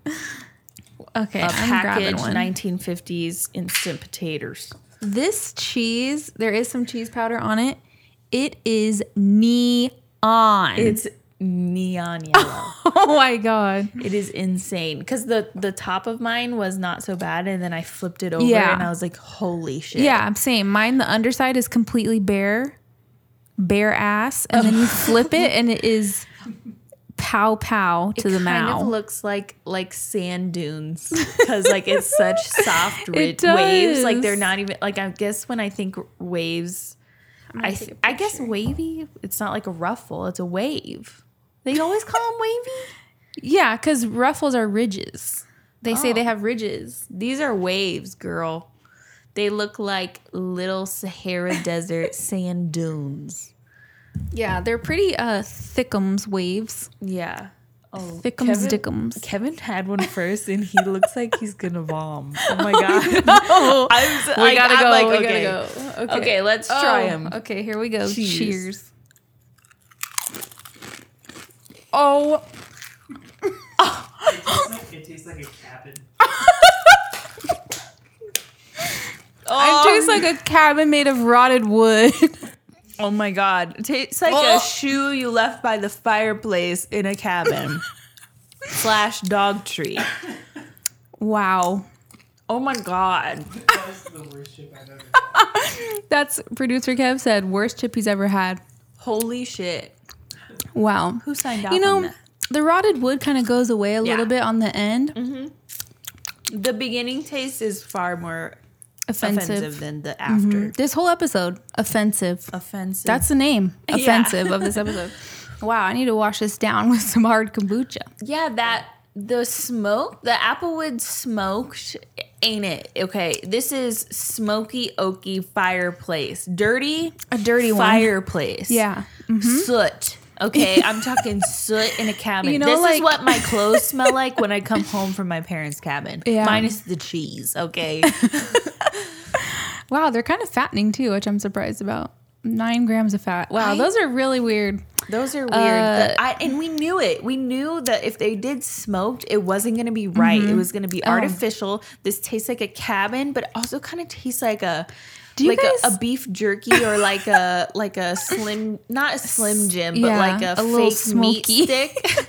Speaker 2: Okay,
Speaker 1: a
Speaker 2: I'm grabbing
Speaker 1: packaged
Speaker 2: one.
Speaker 1: nineteen fifties instant potatoes.
Speaker 2: This cheese, there is some cheese powder on it. It is neon.
Speaker 1: It's neon yellow.
Speaker 2: [laughs] oh my god.
Speaker 1: it is insane because the the top of mine was not so bad, and then I flipped it over
Speaker 2: Yeah.
Speaker 1: and I was like, "Holy shit!"
Speaker 2: Yeah, I'm saying mine. The underside is completely bare, bare ass, and [laughs] then you flip it, and it is pow pow to
Speaker 1: It
Speaker 2: the
Speaker 1: kind
Speaker 2: mouth.
Speaker 1: of looks like like sand dunes because like it's such soft ri-
Speaker 2: [laughs] It does.
Speaker 1: waves. Like they're not even like I guess when I think waves, I th- I guess wavy. It's not like a ruffle. It's a wave. They always call them wavy.
Speaker 2: yeah, because ruffles are ridges. They say they have ridges.
Speaker 1: These are waves, girl. They look like little Sahara
Speaker 2: [laughs]
Speaker 1: Desert sand dunes.
Speaker 2: Yeah, they're pretty uh thickums waves.
Speaker 1: Yeah. Oh,
Speaker 2: Thickums
Speaker 1: Kevin-
Speaker 2: dickums.
Speaker 1: Kevin had one first, and he looks like he's gonna bomb. Oh
Speaker 2: [laughs]
Speaker 1: my god! [laughs] I'm, so- like, I'm like, okay.
Speaker 2: gotta go.
Speaker 1: Okay, let's try
Speaker 2: Oh,
Speaker 1: them.
Speaker 2: Okay, here we go.
Speaker 1: Cheers.
Speaker 2: Cheers. Oh,
Speaker 3: tastes like, it tastes like a cabin.
Speaker 2: it tastes like a cabin made of rotted wood.
Speaker 1: oh my god! It tastes like
Speaker 2: Oh.
Speaker 1: a shoe you left by the fireplace in a
Speaker 2: [laughs]
Speaker 1: cabin slash dog tree.
Speaker 2: wow.
Speaker 1: Oh my god!
Speaker 3: That was the worst chip I've ever.
Speaker 2: That's producer Kev said worst chip he's ever had.
Speaker 1: Holy shit!
Speaker 2: Wow.
Speaker 1: Who signed off?
Speaker 2: You
Speaker 1: on
Speaker 2: know,
Speaker 1: that?
Speaker 2: the rotted wood kind of goes away a
Speaker 1: Yeah. Mm-hmm.
Speaker 2: little bit on the end.
Speaker 1: the beginning taste is far more
Speaker 2: Offensive.
Speaker 1: offensive, than the after.
Speaker 2: This whole episode, offensive.
Speaker 1: Offensive.
Speaker 2: That's the name,
Speaker 1: Yeah.
Speaker 2: offensive,
Speaker 1: [laughs]
Speaker 2: of this episode. Wow, I need to wash this down [laughs] with some hard kombucha.
Speaker 1: Yeah, that the smoke, the applewood smoked, ain't it? Okay, this is smoky oaky fireplace, dirty,
Speaker 2: A dirty one.
Speaker 1: fireplace.
Speaker 2: Yeah.
Speaker 1: soot. Okay, I'm
Speaker 2: [laughs]
Speaker 1: talking soot in a cabin.
Speaker 2: You know,
Speaker 1: this is
Speaker 2: like-
Speaker 1: what my
Speaker 2: [laughs]
Speaker 1: clothes smell like when I come home from my parents' cabin,
Speaker 2: Yeah.
Speaker 1: minus the cheese.
Speaker 2: [laughs]
Speaker 1: Okay,
Speaker 2: Wow, they're kind of fattening too, which I'm surprised about. Nine grams of fat. Wow,
Speaker 1: I-
Speaker 2: those are really weird.
Speaker 1: those are weird.
Speaker 2: Uh,
Speaker 1: The- I, and we knew it. We knew that if they did smoked, it wasn't going to be right.
Speaker 2: Mm-hmm.
Speaker 1: It was going to be
Speaker 2: Oh.
Speaker 1: artificial. This tastes like a cabin, but also kind of tastes like a.
Speaker 2: Do you
Speaker 1: like a,
Speaker 2: guys-
Speaker 1: a beef jerky or like
Speaker 2: [laughs]
Speaker 1: a like a slim not a slim jim but
Speaker 2: Yeah,
Speaker 1: like a,
Speaker 2: a little
Speaker 1: fake meat
Speaker 2: smoky. [laughs]
Speaker 1: stick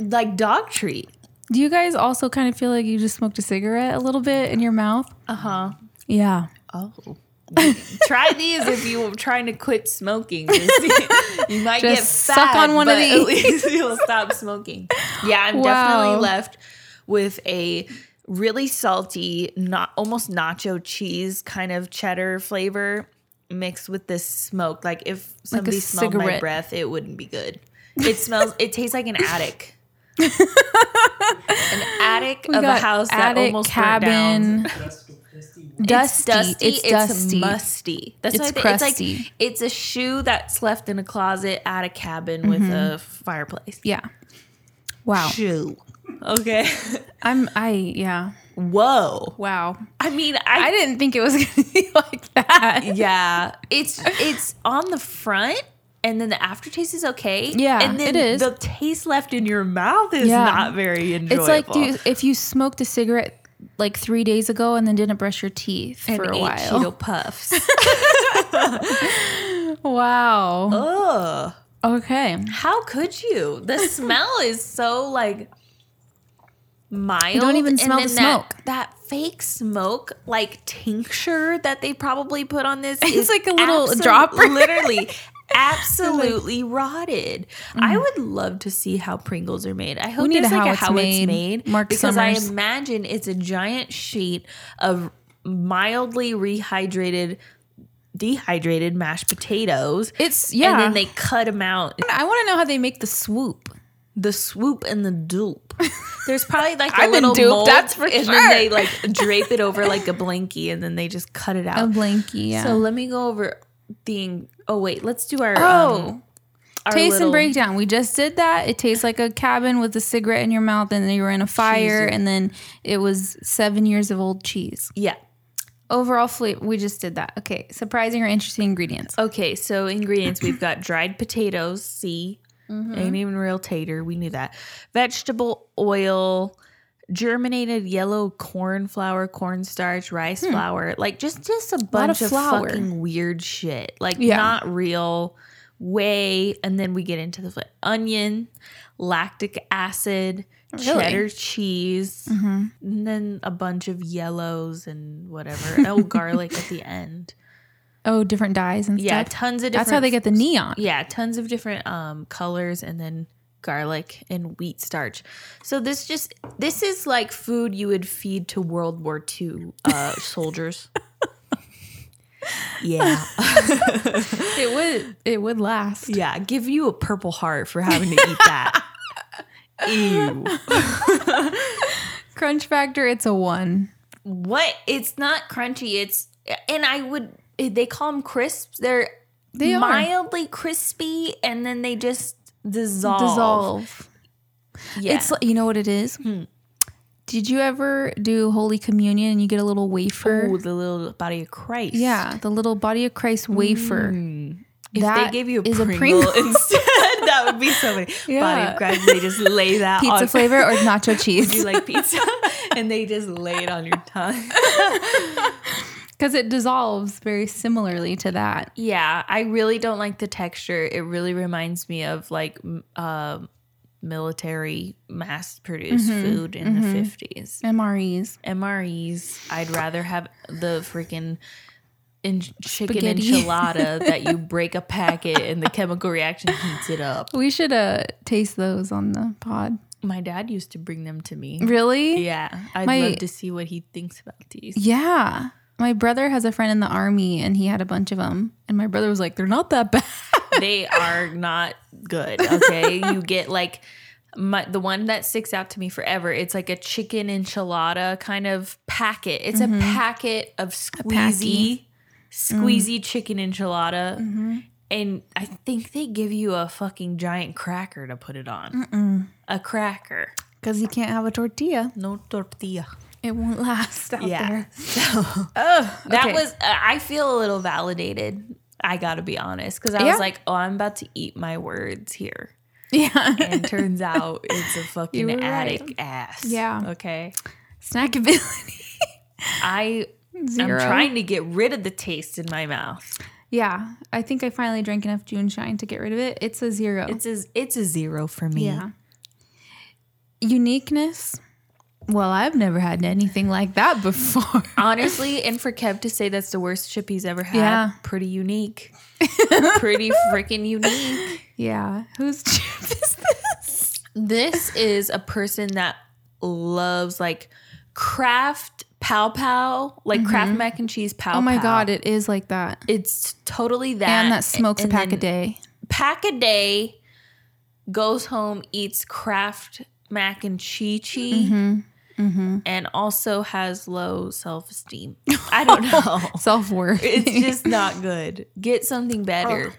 Speaker 1: like dog treat
Speaker 2: Do you guys also kind of feel like you just smoked a cigarette a little bit in your mouth?
Speaker 1: uh-huh
Speaker 2: Yeah.
Speaker 1: Oh. [laughs] Try these if you're trying to quit smoking. [laughs] Just- you might get
Speaker 2: Just
Speaker 1: fat,
Speaker 2: suck on one of
Speaker 1: but At
Speaker 2: these.
Speaker 1: least [laughs] you'll stop smoking. Yeah, I'm
Speaker 2: Wow.
Speaker 1: definitely left with a really salty, not almost nacho cheese kind of cheddar flavor mixed with this smoke. Like if somebody smelled my
Speaker 2: cigarette.
Speaker 1: breath, it wouldn't be good. It smells. it tastes like an
Speaker 2: [laughs]
Speaker 1: attic. an attic of a house that almost burnt down. [laughs]
Speaker 3: Dust, dusty
Speaker 1: It's dusty.
Speaker 2: Dusty.
Speaker 1: It's,
Speaker 2: dusty.
Speaker 1: musty. That's
Speaker 2: It's
Speaker 1: what I think. It's
Speaker 2: crusty.
Speaker 1: like it's a shoe that's left in a closet at a cabin with a fireplace.
Speaker 2: Mm-hmm. Yeah. Wow.
Speaker 1: Shoe. Okay.
Speaker 2: I'm I yeah.
Speaker 1: [laughs] Whoa.
Speaker 2: Wow.
Speaker 1: I mean,
Speaker 2: I
Speaker 1: I,
Speaker 2: didn't think it was [laughs] gonna be like that.
Speaker 1: yeah. It's it's on the front. And then the aftertaste is okay.
Speaker 2: Yeah,
Speaker 1: and then
Speaker 2: it is.
Speaker 1: the taste left in your mouth is
Speaker 2: Yeah.
Speaker 1: not very enjoyable.
Speaker 2: It's like dude, if you smoked a cigarette like three days ago and then didn't brush your teeth
Speaker 1: And
Speaker 2: for a
Speaker 1: ate [laughs]
Speaker 2: while.
Speaker 1: Cheeto puffs.
Speaker 2: [laughs] Wow.
Speaker 1: Ugh.
Speaker 2: Okay.
Speaker 1: How could you?
Speaker 2: [laughs]
Speaker 1: The smell is so like mild.
Speaker 2: You don't even
Speaker 1: and
Speaker 2: smell
Speaker 1: then
Speaker 2: the
Speaker 1: that-
Speaker 2: smoke.
Speaker 1: That, fake smoke, like tincture that they probably put on this.
Speaker 2: [laughs] It's
Speaker 1: is
Speaker 2: like a little
Speaker 1: absolute-
Speaker 2: dropper. [laughs]
Speaker 1: Literally absolutely rotted. I would love to see how Pringles are made. I hope
Speaker 2: Mm-hmm. need
Speaker 1: there's
Speaker 2: a
Speaker 1: like
Speaker 2: How
Speaker 1: a
Speaker 2: It's
Speaker 1: how it's
Speaker 2: Made.
Speaker 1: made
Speaker 2: Mark
Speaker 1: because
Speaker 2: Summers.
Speaker 1: I imagine it's a giant sheet of mildly rehydrated, dehydrated mashed potatoes.
Speaker 2: It's yeah.
Speaker 1: And then they cut them out.
Speaker 2: I want to know how they make the swoop.
Speaker 1: The swoop and the [laughs] dupe. There's probably like a
Speaker 2: I've been
Speaker 1: little
Speaker 2: duped,
Speaker 1: mold,
Speaker 2: that's for
Speaker 1: and then
Speaker 2: sure.
Speaker 1: they like drape it over like a blankie, and then they just cut it out.
Speaker 2: blankie. Yeah.
Speaker 1: Um, So let me go over the. ing- Oh wait, let's do our
Speaker 2: Oh.
Speaker 1: um, our
Speaker 2: taste
Speaker 1: little-
Speaker 2: and breakdown. We just did that. It tastes like a cabin with a cigarette in your mouth, and then you were in a fire,
Speaker 1: Cheesy.
Speaker 2: and then it was seven years of old cheese.
Speaker 1: Yeah.
Speaker 2: Overall flavor. We just did that. Okay. Surprising or interesting ingredients.
Speaker 1: Okay, so ingredients
Speaker 2: [clears throat]
Speaker 1: we've got dried potatoes. See,
Speaker 2: Mm-hmm.
Speaker 1: ain't even real tater. We knew that. Vegetable oil, germinated yellow corn flour, cornstarch, rice flour. Like just just a bunch
Speaker 2: Hmm. of
Speaker 1: of,
Speaker 2: flour.
Speaker 1: fucking weird shit. Like
Speaker 2: Yeah.
Speaker 1: not real. Way and then we get into the fl- onion, lactic acid,
Speaker 2: Really? Mm-hmm.
Speaker 1: cheddar cheese, and then a bunch of yellows and
Speaker 2: [laughs]
Speaker 1: whatever. oh, garlic at the end.
Speaker 2: Oh, different dyes and
Speaker 1: Yeah,
Speaker 2: stuff.
Speaker 1: tons of different.
Speaker 2: That's how they get the neon.
Speaker 1: Yeah, tons of different um, colors, and then garlic and wheat starch. So this just this is like food you would feed to World War II
Speaker 2: [laughs]
Speaker 1: uh, soldiers. Yeah,
Speaker 2: It would. [laughs] It would
Speaker 1: [laughs]
Speaker 2: last.
Speaker 1: yeah. Give you a Purple Heart for having to eat
Speaker 2: [laughs]
Speaker 1: that. Ew.
Speaker 2: Crunch factor. It's a one.
Speaker 1: What? It's not crunchy. It's and I would they call them crisps. They're
Speaker 2: They are.
Speaker 1: mildly crispy, and then they just dissolve.
Speaker 2: Dissolve.
Speaker 1: Yeah. Hmm.
Speaker 2: It's you know what it is. Did you ever do Holy Communion and you get a little wafer?
Speaker 1: Ooh, the little body of Christ.
Speaker 2: Yeah, the little body of Christ wafer.
Speaker 1: Mm. If
Speaker 2: That
Speaker 1: they gave you Hmm. a
Speaker 2: is a
Speaker 1: Pringle,
Speaker 2: Pringle.
Speaker 1: [laughs] instead, that would be so many. Body
Speaker 2: Yeah.
Speaker 1: of Christ, they just lay that
Speaker 2: Pizza
Speaker 1: on. [laughs]
Speaker 2: flavor or nacho cheese?
Speaker 1: You like pizza, [laughs] and they just lay it on your tongue. [laughs]
Speaker 2: Because it dissolves very similarly to that.
Speaker 1: Yeah, I really don't like the texture. It really reminds me of like m- uh, military mass-produced food in the fifties.
Speaker 2: MREs.
Speaker 1: MREs. I'd rather have the freaking in- chicken
Speaker 2: Spaghetti.
Speaker 1: enchilada that [laughs] you break a packet and the chemical reaction heats it up.
Speaker 2: We should uh taste those on the pod.
Speaker 1: My dad used to bring them to me.
Speaker 2: Really?
Speaker 1: Yeah, I'd
Speaker 2: My-
Speaker 1: love to see what he thinks about these.
Speaker 2: Yeah. My brother has a friend in the army and he had a bunch of them. And my brother was like, they're not that [laughs] bad.
Speaker 1: they are not good. Okay, you get like my, the one that sticks out to me forever. It's like a chicken enchilada kind of packet. It's a packet of squeezy,
Speaker 2: Mm-hmm. packy. Mm. Mm-hmm.
Speaker 1: squeezy chicken enchilada. And I think they give you a fucking giant cracker to put it on. A cracker,
Speaker 2: Because you can't have a tortilla.
Speaker 1: no tortilla.
Speaker 2: It won't last out
Speaker 1: Yeah.
Speaker 2: there. [laughs]
Speaker 1: That
Speaker 2: Okay.
Speaker 1: was, uh, I I feel a little validated. I gotta be honest, because I
Speaker 2: Yeah.
Speaker 1: was like, oh, I'm about to eat my words here.
Speaker 2: Yeah.
Speaker 1: And
Speaker 2: [laughs]
Speaker 1: turns out it's a
Speaker 2: You
Speaker 1: fucking
Speaker 2: were
Speaker 1: attic ass.
Speaker 2: Yeah.
Speaker 1: Okay.
Speaker 2: Snackability.
Speaker 1: I
Speaker 2: Zero.
Speaker 1: am trying to get rid of the taste in my mouth.
Speaker 2: Yeah. I think I finally drank enough June Shine to get rid of it. It's a zero.
Speaker 1: It's a, it's a zero for me.
Speaker 2: Oh. yeah. Uniqueness. Well, I've never had anything like that before. [laughs]
Speaker 1: Honestly, and for Kev to say that's the worst chip he's ever had,
Speaker 2: Yeah.
Speaker 1: pretty
Speaker 2: [laughs]
Speaker 1: unique. pretty freaking unique.
Speaker 2: Yeah. Whose chip is this?
Speaker 1: This is a person that loves like craft pow pow, like craft mac and cheese pow
Speaker 2: Mm-hmm. Oh my
Speaker 1: pow.
Speaker 2: god, it is like that.
Speaker 1: It's totally that.
Speaker 2: and that smokes
Speaker 1: and
Speaker 2: a pack
Speaker 1: then
Speaker 2: a day.
Speaker 1: pack a day, goes home, eats Kraft mac and chi chi,
Speaker 2: Mm-hmm.
Speaker 1: and also has low self
Speaker 2: [laughs]
Speaker 1: esteem. I don't know.
Speaker 2: Self worth.
Speaker 1: it's [laughs] just not good. Get something better.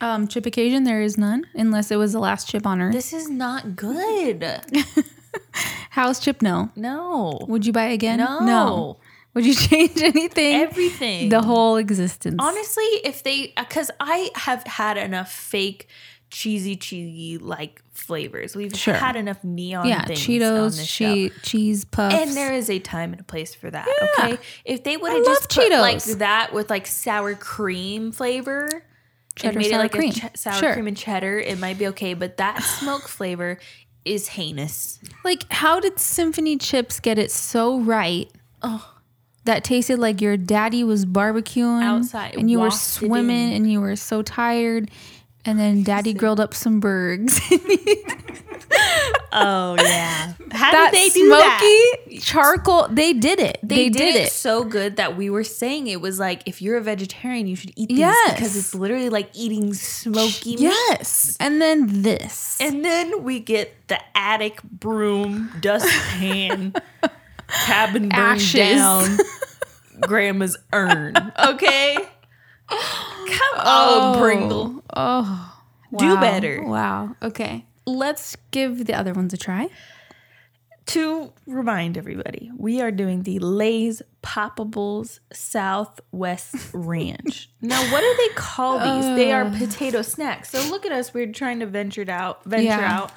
Speaker 2: um chip occasion, there is none, unless it was the last chip on earth.
Speaker 1: This is not
Speaker 2: [laughs]
Speaker 1: good.
Speaker 2: House chip, no.
Speaker 1: No.
Speaker 2: Would you buy again?
Speaker 1: No.
Speaker 2: Would you [laughs] change anything?
Speaker 1: Everything.
Speaker 2: the whole existence.
Speaker 1: Honestly, if they, because I have had enough fake cheesy, cheesy like flavors. We've
Speaker 2: Sure.
Speaker 1: had enough neon
Speaker 2: yeah,
Speaker 1: things. on
Speaker 2: Cheetos,
Speaker 1: this show.
Speaker 2: che- cheese puffs.
Speaker 1: And there is a time and a place for that.
Speaker 2: Yeah.
Speaker 1: Okay. If they would
Speaker 2: I
Speaker 1: have just
Speaker 2: love
Speaker 1: put like
Speaker 2: Cheetos.
Speaker 1: that with like sour cream flavor
Speaker 2: Cheddar
Speaker 1: and made
Speaker 2: sour
Speaker 1: it like
Speaker 2: cream.
Speaker 1: a ch- sour
Speaker 2: Sure.
Speaker 1: cream and cheddar, it might be okay. But that smoke flavor is heinous.
Speaker 2: Like, how did Symphony Chips get it so right? Oh, that tasted like your daddy was barbecuing
Speaker 1: Outside,
Speaker 2: and you were
Speaker 1: wafted
Speaker 2: swimming
Speaker 1: in.
Speaker 2: and you were so tired. And then daddy grilled up some [laughs] burgers.
Speaker 1: Oh yeah. How
Speaker 2: that
Speaker 1: did they
Speaker 2: smoky
Speaker 1: do that?
Speaker 2: charcoal, they did it. They,
Speaker 1: They,
Speaker 2: did, it.
Speaker 1: so good that we were saying it was like if you're a vegetarian, you should eat these
Speaker 2: Yes.
Speaker 1: because it's literally like eating smoky meat.
Speaker 2: Yes. And then this.
Speaker 1: And then we get the attic broom,
Speaker 2: [laughs]
Speaker 1: dustpan, cabin burned
Speaker 2: Ashes. [laughs]
Speaker 1: down, grandma's urn. Okay. Come on, Pringle.
Speaker 2: Oh.
Speaker 1: Do
Speaker 2: wow.
Speaker 1: better.
Speaker 2: Wow. Okay. Let's give the other ones a try.
Speaker 1: To remind everybody, we are doing the Lay's Poppables Southwest
Speaker 2: [laughs]
Speaker 1: Ranch. now, what do they call these? they are potato snacks. So look at us. We're trying to venture out, venture
Speaker 2: Yeah.
Speaker 1: out,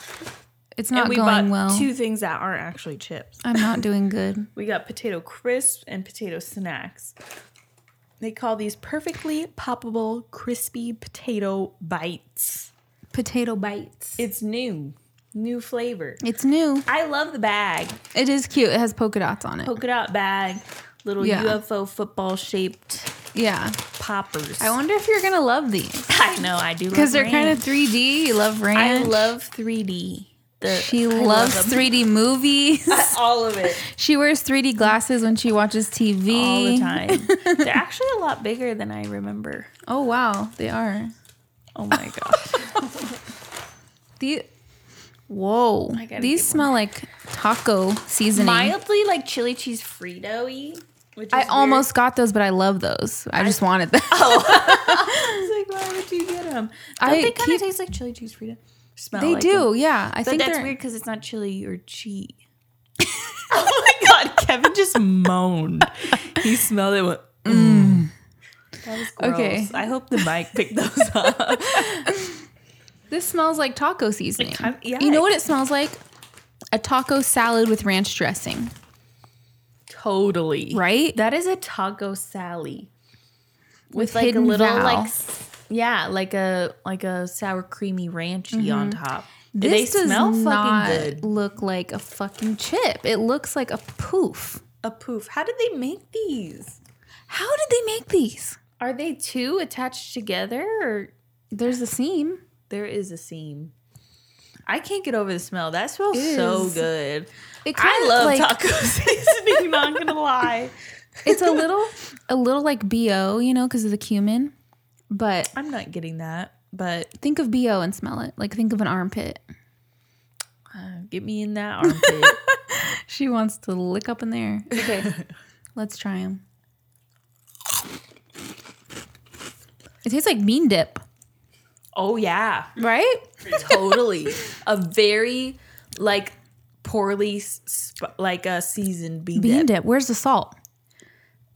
Speaker 2: It's
Speaker 1: and
Speaker 2: not
Speaker 1: we
Speaker 2: going
Speaker 1: bought
Speaker 2: well.
Speaker 1: two things that aren't actually chips.
Speaker 2: I'm not
Speaker 1: [laughs]
Speaker 2: doing good.
Speaker 1: We got potato crisps and potato snacks. They call these perfectly poppable, crispy potato bites.
Speaker 2: Potato bites.
Speaker 1: It's new, new flavor.
Speaker 2: It's new.
Speaker 1: I love the bag,
Speaker 2: It is cute. It has polka dots on it.
Speaker 1: polka dot bag, little
Speaker 2: Yeah.
Speaker 1: UFO football shaped
Speaker 2: yeah.
Speaker 1: poppers.
Speaker 2: I wonder if you're gonna love these
Speaker 1: [laughs] I know I do because
Speaker 2: because they're kind of 3D. You love
Speaker 1: I
Speaker 2: ranch.
Speaker 1: love 3D. The,
Speaker 2: She
Speaker 1: I love
Speaker 2: loves
Speaker 1: them.
Speaker 2: 3D movies. [laughs]
Speaker 1: [laughs] all of it
Speaker 2: she wears 3D glasses when she watches TV.
Speaker 1: all
Speaker 2: [laughs]
Speaker 1: the time. they're actually a lot bigger than I remember.
Speaker 2: Oh wow, they are.
Speaker 1: Oh
Speaker 2: [laughs]
Speaker 1: my gosh.
Speaker 2: The whoa,
Speaker 1: I gotta
Speaker 2: these
Speaker 1: get
Speaker 2: smell like taco seasoning.
Speaker 1: mildly like chili cheese Frito y. Which is
Speaker 2: I
Speaker 1: weird.
Speaker 2: almost got those, but I love those. I, just wanted them.
Speaker 1: [laughs] I was like, why would you get them? Don't
Speaker 2: [laughs] I
Speaker 1: they kind
Speaker 2: keep-
Speaker 1: of taste like chili cheese Frito? Smell
Speaker 2: they
Speaker 1: like
Speaker 2: do,
Speaker 1: them.
Speaker 2: yeah. I
Speaker 1: But
Speaker 2: think
Speaker 1: that's
Speaker 2: they're
Speaker 1: weird because it's not chili or cheese. [laughs] oh my god, Kevin just moaned. He smelled it. Went, mm. That was gross.
Speaker 2: Okay.
Speaker 1: I hope the mic picked those up.
Speaker 2: This smells like taco seasoning.
Speaker 1: It kind- yeah,
Speaker 2: you know
Speaker 1: it-
Speaker 2: what it smells like? A taco salad with ranch dressing,
Speaker 1: [laughs] totally.
Speaker 2: right?
Speaker 1: That is a taco Sally.
Speaker 2: With
Speaker 1: With, like a
Speaker 2: hidden
Speaker 1: little
Speaker 2: vowel.
Speaker 1: like s- yeah, like a like a sour creamy ranchy on top.
Speaker 2: This
Speaker 1: they
Speaker 2: does
Speaker 1: smell
Speaker 2: not
Speaker 1: fucking good.
Speaker 2: look like a fucking chip. It looks like a poof.
Speaker 1: A poof. How did they make these?
Speaker 2: How did they make these?
Speaker 1: Are they two attached together or
Speaker 2: There's a seam.
Speaker 1: there is a seam? I can't get over the smell. That smells
Speaker 2: It
Speaker 1: so
Speaker 2: is.
Speaker 1: good.
Speaker 2: It
Speaker 1: I
Speaker 2: kinda
Speaker 1: love
Speaker 2: like,
Speaker 1: taco [laughs]
Speaker 2: [laughs]
Speaker 1: seasoning, not gonna lie.
Speaker 2: it's [laughs] a little, a little like bo, you know, because of the cumin. But
Speaker 1: I'm not getting that, but
Speaker 2: think of bo and smell it. Like think of an armpit.
Speaker 1: uh, get me in that armpit.
Speaker 2: She wants to lick up in there. [laughs] Okay, let's try them. It tastes like bean dip,
Speaker 1: oh yeah.
Speaker 2: right?
Speaker 1: totally a very like poorly s- sp- like a seasoned bean,
Speaker 2: Bean
Speaker 1: dip.
Speaker 2: dip. Where's the salt?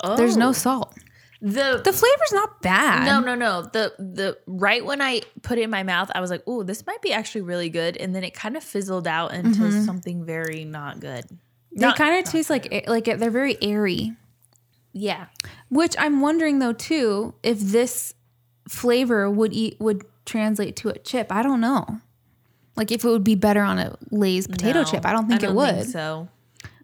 Speaker 1: Oh.
Speaker 2: There's no salt.
Speaker 1: the,
Speaker 2: The flavor's not bad.
Speaker 1: no no no the the right when I put it in my mouth I was like oh this might be actually really good and then it kind of fizzled out into something very not good
Speaker 2: Mm-hmm. they kind of taste like a- like they're very airy.
Speaker 1: yeah
Speaker 2: Which I'm wondering though too if this flavor would eat would translate to a chip. I don't know. Like if it would be better on a Lay's potato
Speaker 1: No,
Speaker 2: chip. I don't think it would.
Speaker 1: so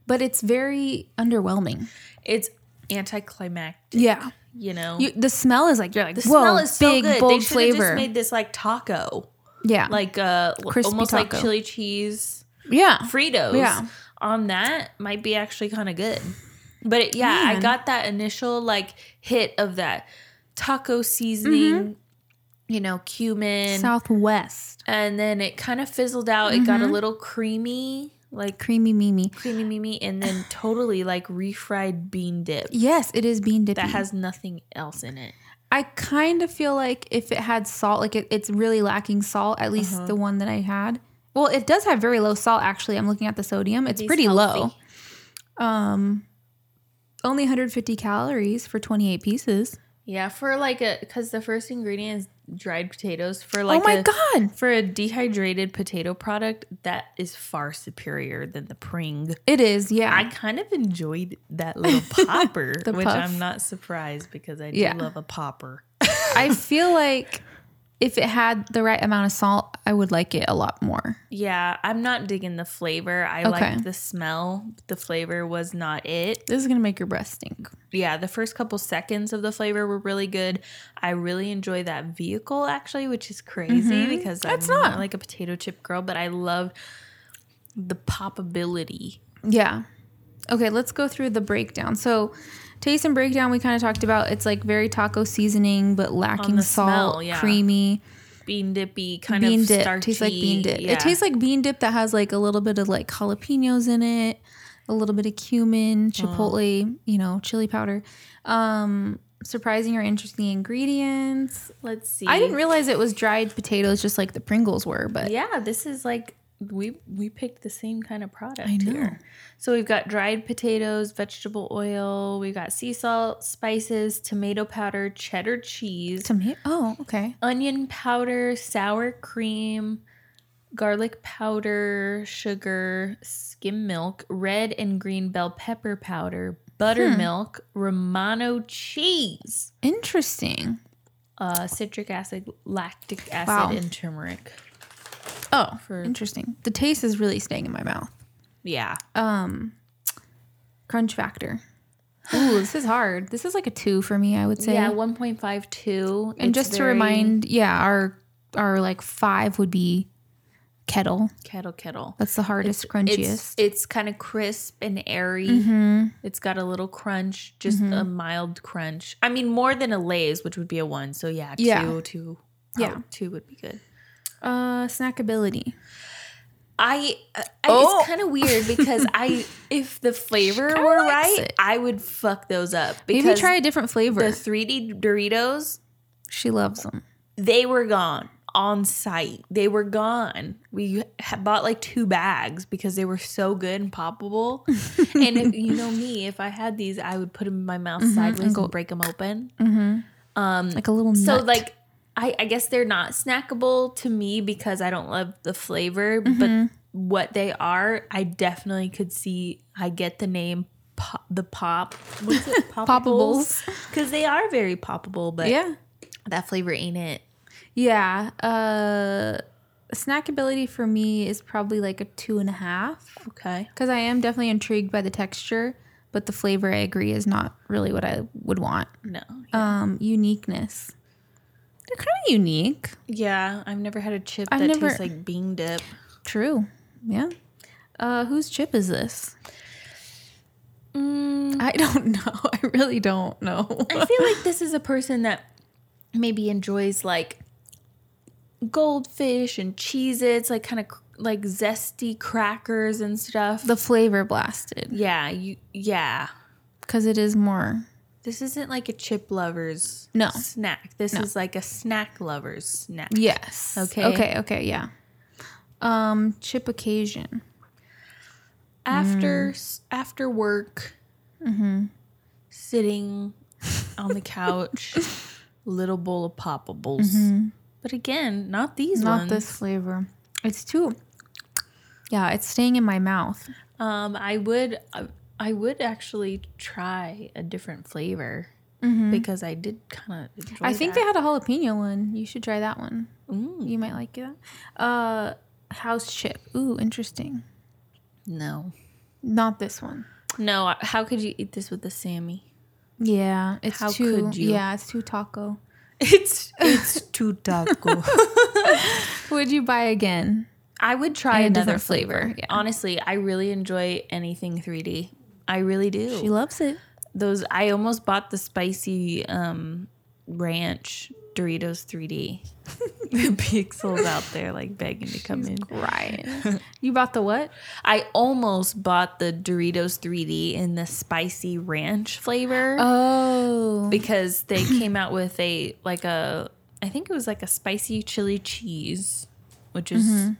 Speaker 2: But it's very underwhelming.
Speaker 1: it's anticlimactic
Speaker 2: Yeah.
Speaker 1: you know
Speaker 2: You, the smell is like you're like
Speaker 1: the
Speaker 2: whoa,
Speaker 1: smell is so
Speaker 2: big
Speaker 1: good They
Speaker 2: bold
Speaker 1: should've
Speaker 2: flavor.
Speaker 1: just made this like taco
Speaker 2: yeah.
Speaker 1: like uh
Speaker 2: Crispy
Speaker 1: almost like
Speaker 2: taco.
Speaker 1: chili cheese
Speaker 2: yeah.
Speaker 1: Fritos
Speaker 2: Yeah.
Speaker 1: on that might be actually kind of good. But it, yeah, I
Speaker 2: Man.
Speaker 1: got that initial like hit of that taco seasoning,
Speaker 2: Mm-hmm.
Speaker 1: you know, cumin,
Speaker 2: Southwest
Speaker 1: and then it kind of fizzled out. It
Speaker 2: Mm-hmm.
Speaker 1: got a little creamy, like
Speaker 2: creamy mimi.
Speaker 1: creamy mimi, and then totally like refried bean dip
Speaker 2: Yes, it is bean dippy.
Speaker 1: that has nothing else in it.
Speaker 2: I kind of feel like if it had salt, like it, it's really lacking salt, at
Speaker 1: Uh-huh.
Speaker 2: least the one that I had. Well, it does have very low salt, actually. I'm looking at the sodium. It's
Speaker 1: These
Speaker 2: pretty
Speaker 1: healthy-
Speaker 2: low. Um, only 150 calories for 28 pieces.
Speaker 1: Yeah, for like a because the first ingredient is dried potatoes. For like
Speaker 2: oh my
Speaker 1: a-
Speaker 2: God.
Speaker 1: For a dehydrated potato product, that is far superior than the Pring.
Speaker 2: It is, yeah.
Speaker 1: I kind of enjoyed that
Speaker 2: [laughs]
Speaker 1: little popper,
Speaker 2: Ah. The
Speaker 1: which
Speaker 2: puff.
Speaker 1: I'm not surprised because I do
Speaker 2: Yeah.
Speaker 1: love a popper.
Speaker 2: I feel like if it had the right amount of salt, I would like it a lot more.
Speaker 1: Yeah, I'm not digging the flavor. I
Speaker 2: Okay.
Speaker 1: liked the smell. The flavor was not it.
Speaker 2: This is gonna make your breath stink.
Speaker 1: yeah, the first couple seconds of the flavor were really good. I really enjoy that vehicle actually, which is crazy because
Speaker 2: Mm-hmm. That's
Speaker 1: I'm not.
Speaker 2: not-
Speaker 1: like a potato chip girl, but I love the popability.
Speaker 2: Yeah. Okay, let's go through the breakdown. So, taste and breakdown we kind of talked about. It's like very taco seasoning, but lacking
Speaker 1: the
Speaker 2: salt,
Speaker 1: smell, yeah.
Speaker 2: creamy
Speaker 1: Bean dippy kind
Speaker 2: bean
Speaker 1: of
Speaker 2: dip.
Speaker 1: starchy.
Speaker 2: Tastes like bean dip.
Speaker 1: yeah.
Speaker 2: It tastes like bean dip that has like a little bit of like jalapenos in it, a little bit of cumin, chipotle, you know, chili powder. Um, surprising or interesting ingredients.
Speaker 1: Let's see.
Speaker 2: I didn't realize it was dried potatoes, just like the Pringles were, but
Speaker 1: Yeah, this is like we we picked the same kind of product
Speaker 2: know.
Speaker 1: here. So we've got dried potatoes, vegetable oil, we've got sea salt, spices, tomato powder, cheddar cheese,
Speaker 2: tomato. Oh, okay.
Speaker 1: onion powder, sour cream, garlic powder, sugar, skim milk, red and green bell pepper powder, buttermilk,
Speaker 2: Hmm.
Speaker 1: Romano cheese,
Speaker 2: Interesting.
Speaker 1: uh, citric acid, lactic acid,
Speaker 2: Wow.
Speaker 1: and turmeric.
Speaker 2: Oh,
Speaker 1: For-
Speaker 2: interesting. The taste is really staying in my mouth.
Speaker 1: Yeah.
Speaker 2: Um, crunch factor. Ooh, this is hard. This is like a two for me. I would say.
Speaker 1: yeah, 1.52.
Speaker 2: and
Speaker 1: It's
Speaker 2: just to
Speaker 1: very
Speaker 2: remind, yeah, our our like five would be kettle.
Speaker 1: kettle kettle.
Speaker 2: That's the hardest,
Speaker 1: It's,
Speaker 2: crunchiest.
Speaker 1: it's kind of crisp and airy.
Speaker 2: Mm-hmm.
Speaker 1: It's got a little crunch, just a mild crunch. I mean, more than a Lay's, which would be a one. So yeah, two,
Speaker 2: Yeah.
Speaker 1: two,
Speaker 2: Yeah.
Speaker 1: oh, two would be good.
Speaker 2: uh, snackability.
Speaker 1: I, uh, I
Speaker 2: Oh.
Speaker 1: it's kind of weird because
Speaker 2: [laughs]
Speaker 1: I, if the flavor
Speaker 2: kinda
Speaker 1: were
Speaker 2: likes
Speaker 1: right,
Speaker 2: it.
Speaker 1: I would fuck those up. Because
Speaker 2: Maybe try a different
Speaker 1: the
Speaker 2: flavor.
Speaker 1: 3D Doritos.
Speaker 2: she loves them.
Speaker 1: They were gone on site. They were gone. We ha- bought like two bags because they were so good and [laughs] poppable. and if, you know me, if I had these, I would put them in my mouth sideways Mm-hmm. and, Mm-hmm. break them open.
Speaker 2: Mm. Like a little
Speaker 1: So
Speaker 2: nut.
Speaker 1: like I, I guess they're not snackable to me because I don't love the flavor, but what they are, I definitely could see I get the name pop, the pop what is [laughs] it?
Speaker 2: Poppables.
Speaker 1: Because they are very poppable, but
Speaker 2: yeah,
Speaker 1: that flavor ain't it.
Speaker 2: yeah. Uh, snackability for me is probably like a two and a half
Speaker 1: Okay.
Speaker 2: because I am definitely intrigued by the texture, but the flavor I agree is not really what I would want.
Speaker 1: No.
Speaker 2: Um, uniqueness. They're kind of unique.
Speaker 1: Yeah, I've never had a chip
Speaker 2: I've
Speaker 1: that
Speaker 2: never-
Speaker 1: tastes like bean dip.
Speaker 2: True. Yeah. Uh, whose chip is this? I don't [laughs] know. I really don't know.
Speaker 1: [laughs]
Speaker 2: [laughs]
Speaker 1: I feel like this is a person that maybe enjoys like goldfish and cheese its like kind of like zesty crackers and stuff.
Speaker 2: the flavor blasted
Speaker 1: yeah, you yeah.
Speaker 2: because it is more.
Speaker 1: This isn't like a chip lover's
Speaker 2: No.
Speaker 1: snack. This is like a snack lover's snack.
Speaker 2: Yes.
Speaker 1: Okay.
Speaker 2: Okay. Okay. Yeah. Um, chip occasion. Mm.
Speaker 1: After s after work,
Speaker 2: Mm-hmm. [laughs]
Speaker 1: sitting on the couch, little bowl of poppables. But again, not these
Speaker 2: Mm-hmm. Not
Speaker 1: ones.
Speaker 2: this flavor. It's too. Yeah, it's staying in my mouth.
Speaker 1: Um, I would, I would actually try a different flavor because I did kind of.
Speaker 2: Mm-hmm. I think they had a jalapeno one. You should try that one.
Speaker 1: Mm.
Speaker 2: You might like that. Uh, house chip. Ooh, interesting.
Speaker 1: no,
Speaker 2: Not this one.
Speaker 1: no. I- How could you eat this with a
Speaker 2: [laughs]
Speaker 1: Sammy?
Speaker 2: Yeah, it's
Speaker 1: How
Speaker 2: too.
Speaker 1: could you?
Speaker 2: Yeah, it's too taco.
Speaker 1: It's it's too taco.
Speaker 2: Would you buy again?
Speaker 1: I would try
Speaker 2: And a
Speaker 1: another
Speaker 2: different flavor,
Speaker 1: flavor.
Speaker 2: yeah.
Speaker 1: Honestly, I really enjoy anything 3D. I really do.
Speaker 2: She loves it.
Speaker 1: Those I almost bought the spicy um, ranch Doritos 3D. [laughs] the pixels out there like begging to come in.
Speaker 2: Right. [laughs] you bought the what?
Speaker 1: I almost bought the Doritos 3D in the spicy ranch flavor
Speaker 2: Oh.
Speaker 1: because they came out with a like a I think it was like a spicy chili cheese, which is and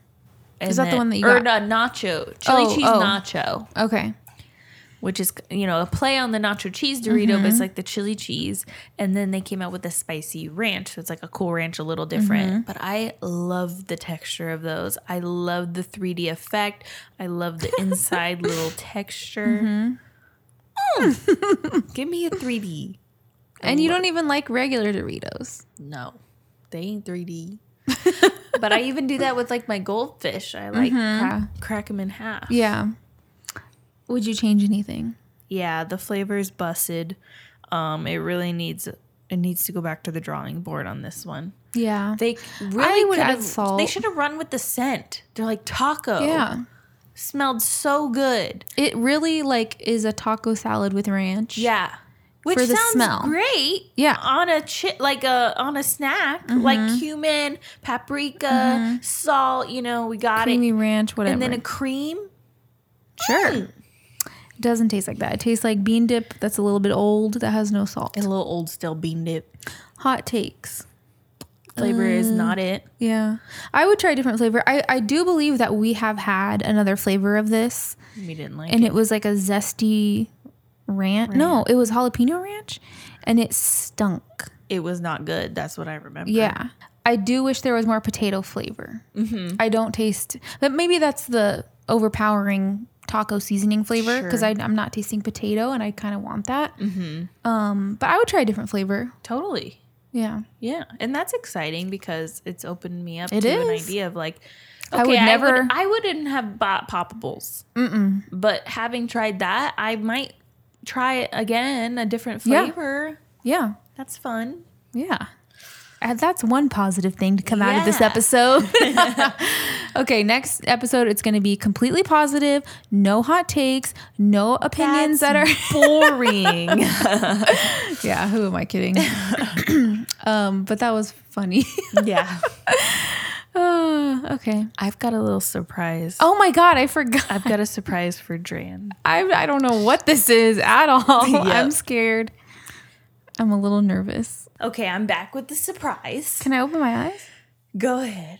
Speaker 2: Mm-hmm. Is that the
Speaker 1: then-
Speaker 2: one that you
Speaker 1: or
Speaker 2: got?
Speaker 1: no, nacho chili
Speaker 2: Oh,
Speaker 1: cheese
Speaker 2: oh.
Speaker 1: nacho,
Speaker 2: Okay.
Speaker 1: which is you know a play on the nacho cheese Dorito, but it's like the chili cheese, and then they came out with a spicy ranch, so it's like a cool ranch, a little different. But I love the texture of those. I love the 3D effect. I love the inside little texture. Mm. Give me a 3D.
Speaker 2: And you don't even like regular Doritos.
Speaker 1: No. They ain't 3D. but I even do that with like my goldfish. I like crack, crack them in half.
Speaker 2: Yeah. Would you change anything?
Speaker 1: yeah, the flavor is busted. Um, it really needs it needs to go back to the drawing board on this one.
Speaker 2: Yeah.
Speaker 1: They really
Speaker 2: would
Speaker 1: could
Speaker 2: add
Speaker 1: have-
Speaker 2: salt.
Speaker 1: They should have run with the scent. They're like taco.
Speaker 2: yeah.
Speaker 1: smelled so good.
Speaker 2: It really like is a taco salad with ranch.
Speaker 1: Yeah, which
Speaker 2: For the
Speaker 1: sounds
Speaker 2: smell.
Speaker 1: great.
Speaker 2: Yeah.
Speaker 1: on a chip like a on a snack
Speaker 2: Mm-hmm.
Speaker 1: like cumin, paprika, salt. You know, we got
Speaker 2: Creamy
Speaker 1: it,
Speaker 2: ranch, whatever.
Speaker 1: and then a cream.
Speaker 2: sure.
Speaker 1: Mm.
Speaker 2: It doesn't taste like that. It tastes like bean dip that's a little bit old that has no salt.
Speaker 1: A little old still bean dip
Speaker 2: Hot takes.
Speaker 1: flavor
Speaker 2: Mm.
Speaker 1: is not it.
Speaker 2: Yeah. I would try a different flavor. I, I do believe that we have had another flavor of this
Speaker 1: We didn't like
Speaker 2: and
Speaker 1: it.
Speaker 2: it was like a zesty ranch. No, it was jalapeno ranch and it stunk.
Speaker 1: It was not good. That's what I remember.
Speaker 2: Yeah. I do wish there was more potato flavor. Mm-hmm. I don't taste, but maybe that's the overpowering taco seasoning flavor because
Speaker 1: Sure.
Speaker 2: I'm not tasting potato and I kind of want that. Mm-hmm. Um, but I would try a different flavor.
Speaker 1: totally.
Speaker 2: Yeah.
Speaker 1: Yeah, and that's exciting because it's opened me up
Speaker 2: It
Speaker 1: to an
Speaker 2: is.
Speaker 1: idea of like, okay,
Speaker 2: I would never-
Speaker 1: I, would, not have bought poppables, but having tried that, I might try it again, a different
Speaker 2: Yeah.
Speaker 1: flavor.
Speaker 2: Yeah.
Speaker 1: That's [laughs] fun.
Speaker 2: Yeah. And that's one positive thing to come out of this
Speaker 1: Yeah. [laughs]
Speaker 2: episode. [laughs] okay, next episode, it's going to be completely positive, no hot takes, no opinions that are. [laughs]
Speaker 1: boring.
Speaker 2: Yeah, who am I
Speaker 1: [laughs]
Speaker 2: kidding? [clears throat] um, but that was funny. [laughs]
Speaker 1: yeah,
Speaker 2: Uh, okay.
Speaker 1: I've got a little surprise.
Speaker 2: Oh my God, I forgot.
Speaker 1: I've got a surprise for Dran.
Speaker 2: I, I don't know what this is
Speaker 1: [laughs]
Speaker 2: at all.
Speaker 1: Yeah.
Speaker 2: I'm scared. I'm a little nervous.
Speaker 1: Okay, I'm back with the surprise.
Speaker 2: Can I open my eyes?
Speaker 1: Go ahead.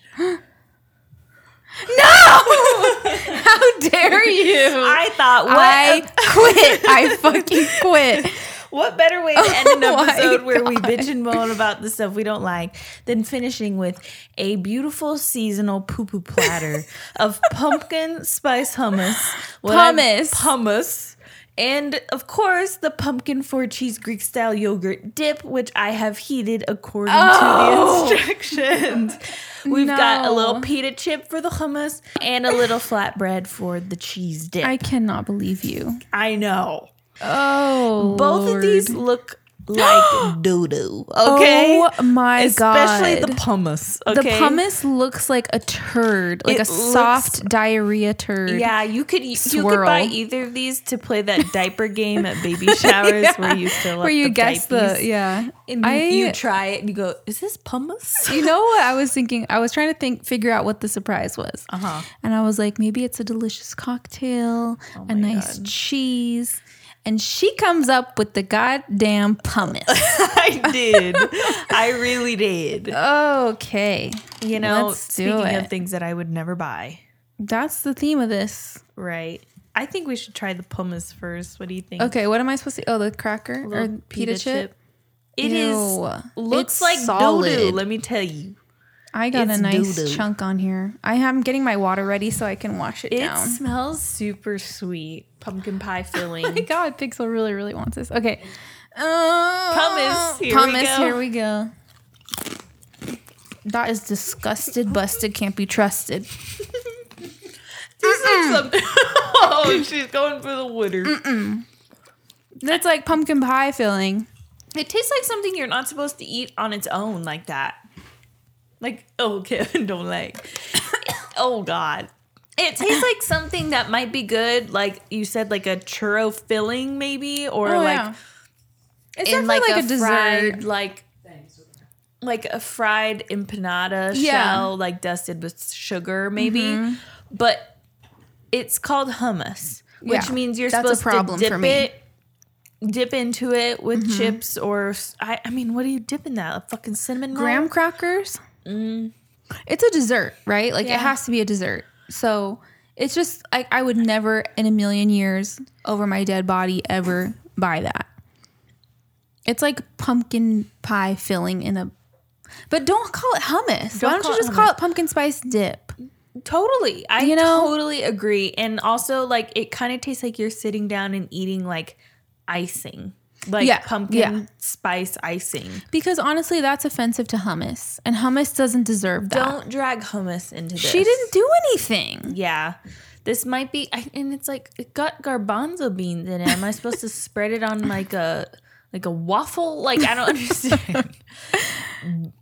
Speaker 2: No! [laughs] How dare
Speaker 1: [laughs]
Speaker 2: you?
Speaker 1: I thought what
Speaker 2: I [laughs] quit. I fucking quit.
Speaker 1: What better way to
Speaker 2: [laughs]
Speaker 1: end an
Speaker 2: Oh my
Speaker 1: episode where we
Speaker 2: God.
Speaker 1: bitch and moan about the stuff we don't like than finishing with a beautiful seasonal poo poo
Speaker 2: [laughs]
Speaker 1: platter of pumpkin spice hummus, what I'm-
Speaker 2: Pumice.
Speaker 1: hummus, and of course the pumpkin four cheese Greek style yogurt dip, which I have heated according to
Speaker 2: Oh.
Speaker 1: the instructions. We've got a little
Speaker 2: No.
Speaker 1: pita chip for the hummus and a little flatbread for the cheese dip.
Speaker 2: I
Speaker 1: I,
Speaker 2: cannot believe you.
Speaker 1: know.
Speaker 2: Oh,
Speaker 1: Both of these look
Speaker 2: [gasps]
Speaker 1: like doo doo. Okay.
Speaker 2: Oh my
Speaker 1: Especially
Speaker 2: god.
Speaker 1: the pumice. Okay?
Speaker 2: The pumice looks like a turd, like
Speaker 1: It
Speaker 2: a soft diarrhea turd.
Speaker 1: Yeah, you could you could buy
Speaker 2: Swirl.
Speaker 1: either of these to play
Speaker 2: [laughs]
Speaker 1: that diaper game at baby showers where you fill up
Speaker 2: where you
Speaker 1: the
Speaker 2: guess
Speaker 1: diapies
Speaker 2: the yeah.
Speaker 1: and you,
Speaker 2: I,
Speaker 1: you try it and you go, is this pumice?
Speaker 2: [laughs] you know what I was thinking? I was trying to think, figure out what the surprise was,
Speaker 1: Uh-huh.
Speaker 2: and I was like, maybe it's a delicious cocktail,
Speaker 1: Oh
Speaker 2: a nice cheese, and she comes up with the goddamn pumice.
Speaker 1: [laughs] I did. I really did.
Speaker 2: Okay.
Speaker 1: [laughs] You know,
Speaker 2: Let's do
Speaker 1: speaking
Speaker 2: it.
Speaker 1: of things that I would never buy.
Speaker 2: That's the theme of this.
Speaker 1: Right. I think we should try the pumice first. What do you think?
Speaker 2: Okay, what am I supposed to? Oh, the cracker or pita, chip.
Speaker 1: It is
Speaker 2: Ew.
Speaker 1: looks
Speaker 2: It's
Speaker 1: like doo
Speaker 2: solid.
Speaker 1: doo, let me tell you.
Speaker 2: I got
Speaker 1: It's
Speaker 2: a nice
Speaker 1: doo-doo.
Speaker 2: chunk on here. I am getting my water ready so I can wash it,
Speaker 1: It [laughs]
Speaker 2: down.
Speaker 1: smells super sweet. Pumpkin pie [laughs]
Speaker 2: Oh my
Speaker 1: filling.
Speaker 2: God, Pixel really, really wants this. Okay. Uh,
Speaker 1: Pumice, here we
Speaker 2: pumice,
Speaker 1: go.
Speaker 2: Here we go. That is disgusted. Busted can't be trusted.
Speaker 1: These are some- [laughs] oh, she's going for the wooder.
Speaker 2: That's like pumpkin pie filling.
Speaker 1: It tastes like something you're not supposed to eat on its own like that. Like, oh, [laughs] Kevin, don't [coughs] like. oh, God. It tastes like something that might be good, like you said, like a churro filling, maybe, or
Speaker 2: Oh,
Speaker 1: like
Speaker 2: yeah. It's
Speaker 1: in
Speaker 2: definitely
Speaker 1: like, a,
Speaker 2: dessert.
Speaker 1: fried, like
Speaker 3: Thanks.
Speaker 1: like a fried empanada
Speaker 2: Yeah. Mm-hmm.
Speaker 1: shell, like dusted with sugar, maybe. But it's called hummus, which
Speaker 2: Yeah.
Speaker 1: means you're
Speaker 2: That's a
Speaker 1: supposed
Speaker 2: problem
Speaker 1: to dip
Speaker 2: for me. Mm-hmm.
Speaker 1: it, dip into it with chips or s- I, I mean, what do you dip in that? A fucking cinnamon roll?
Speaker 2: graham crackers. Mm. It's a dessert, right? Like
Speaker 1: Yeah.
Speaker 2: it has to be a dessert. So it's just like I would never in a million years over my dead body ever buy that. It's like pumpkin pie filling in a but don't call it hummus.
Speaker 1: Don't
Speaker 2: Why don't
Speaker 1: call
Speaker 2: you
Speaker 1: it
Speaker 2: just call it pumpkin spice dip?
Speaker 1: Totally, I
Speaker 2: You know-
Speaker 1: totally agree. And also, like, it kind of tastes like you're sitting down and eating like icing. like
Speaker 2: Yeah,
Speaker 1: pumpkin
Speaker 2: yeah.
Speaker 1: spice icing.
Speaker 2: Because honestly, that's offensive to hummus, and hummus doesn't deserve that.
Speaker 1: Don't drag hummus into this.
Speaker 2: she didn't do anything.
Speaker 1: Yeah. This might be, I, and it's like it got garbanzo beans in it. Am I supposed to spread it on like a like a waffle? Like I don't
Speaker 2: [laughs]
Speaker 1: understand.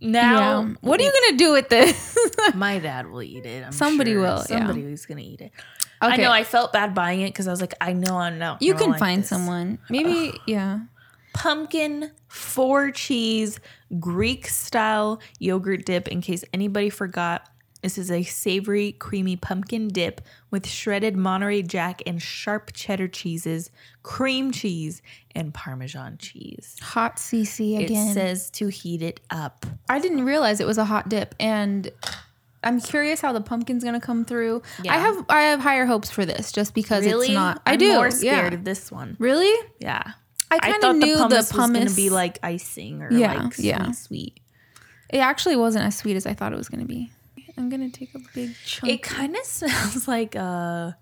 Speaker 1: now,
Speaker 2: Yeah. What are you gonna do with this? [laughs]
Speaker 1: my dad will eat it. I'm
Speaker 2: Somebody
Speaker 1: sure.
Speaker 2: will, yeah.
Speaker 1: Somebody is gonna eat it. I know. I felt bad buying it because I was like, I know I'm not.
Speaker 2: you
Speaker 1: I don't
Speaker 2: can
Speaker 1: like
Speaker 2: find
Speaker 1: this.
Speaker 2: someone. Maybe yeah.
Speaker 1: pumpkin four cheese Greek style yogurt dip. In case anybody forgot, this is a savory, creamy pumpkin dip with shredded Monterey Jack and sharp cheddar cheeses, cream cheese, and Parmesan cheese.
Speaker 2: Hot CC
Speaker 1: It
Speaker 2: again.
Speaker 1: says to heat it up.
Speaker 2: I didn't realize it was a hot dip, and I'm curious how the pumpkin's gonna come through. I
Speaker 1: Yeah.
Speaker 2: have I have higher hopes for this just because
Speaker 1: Really,
Speaker 2: it's not. I
Speaker 1: I'm
Speaker 2: do.
Speaker 1: More scared
Speaker 2: yeah.
Speaker 1: of this one.
Speaker 2: Really?
Speaker 1: Yeah,
Speaker 2: I
Speaker 1: I
Speaker 2: kind of
Speaker 1: thought
Speaker 2: knew
Speaker 1: the pumice, was going
Speaker 2: pumice-
Speaker 1: to be like icing or
Speaker 2: Yeah,
Speaker 1: like sweet,
Speaker 2: yeah.
Speaker 1: sweet.
Speaker 2: It actually wasn't as sweet as I thought it was gonna be. I'm gonna take a big chunk.
Speaker 1: It kind
Speaker 2: [laughs]
Speaker 1: of smells like a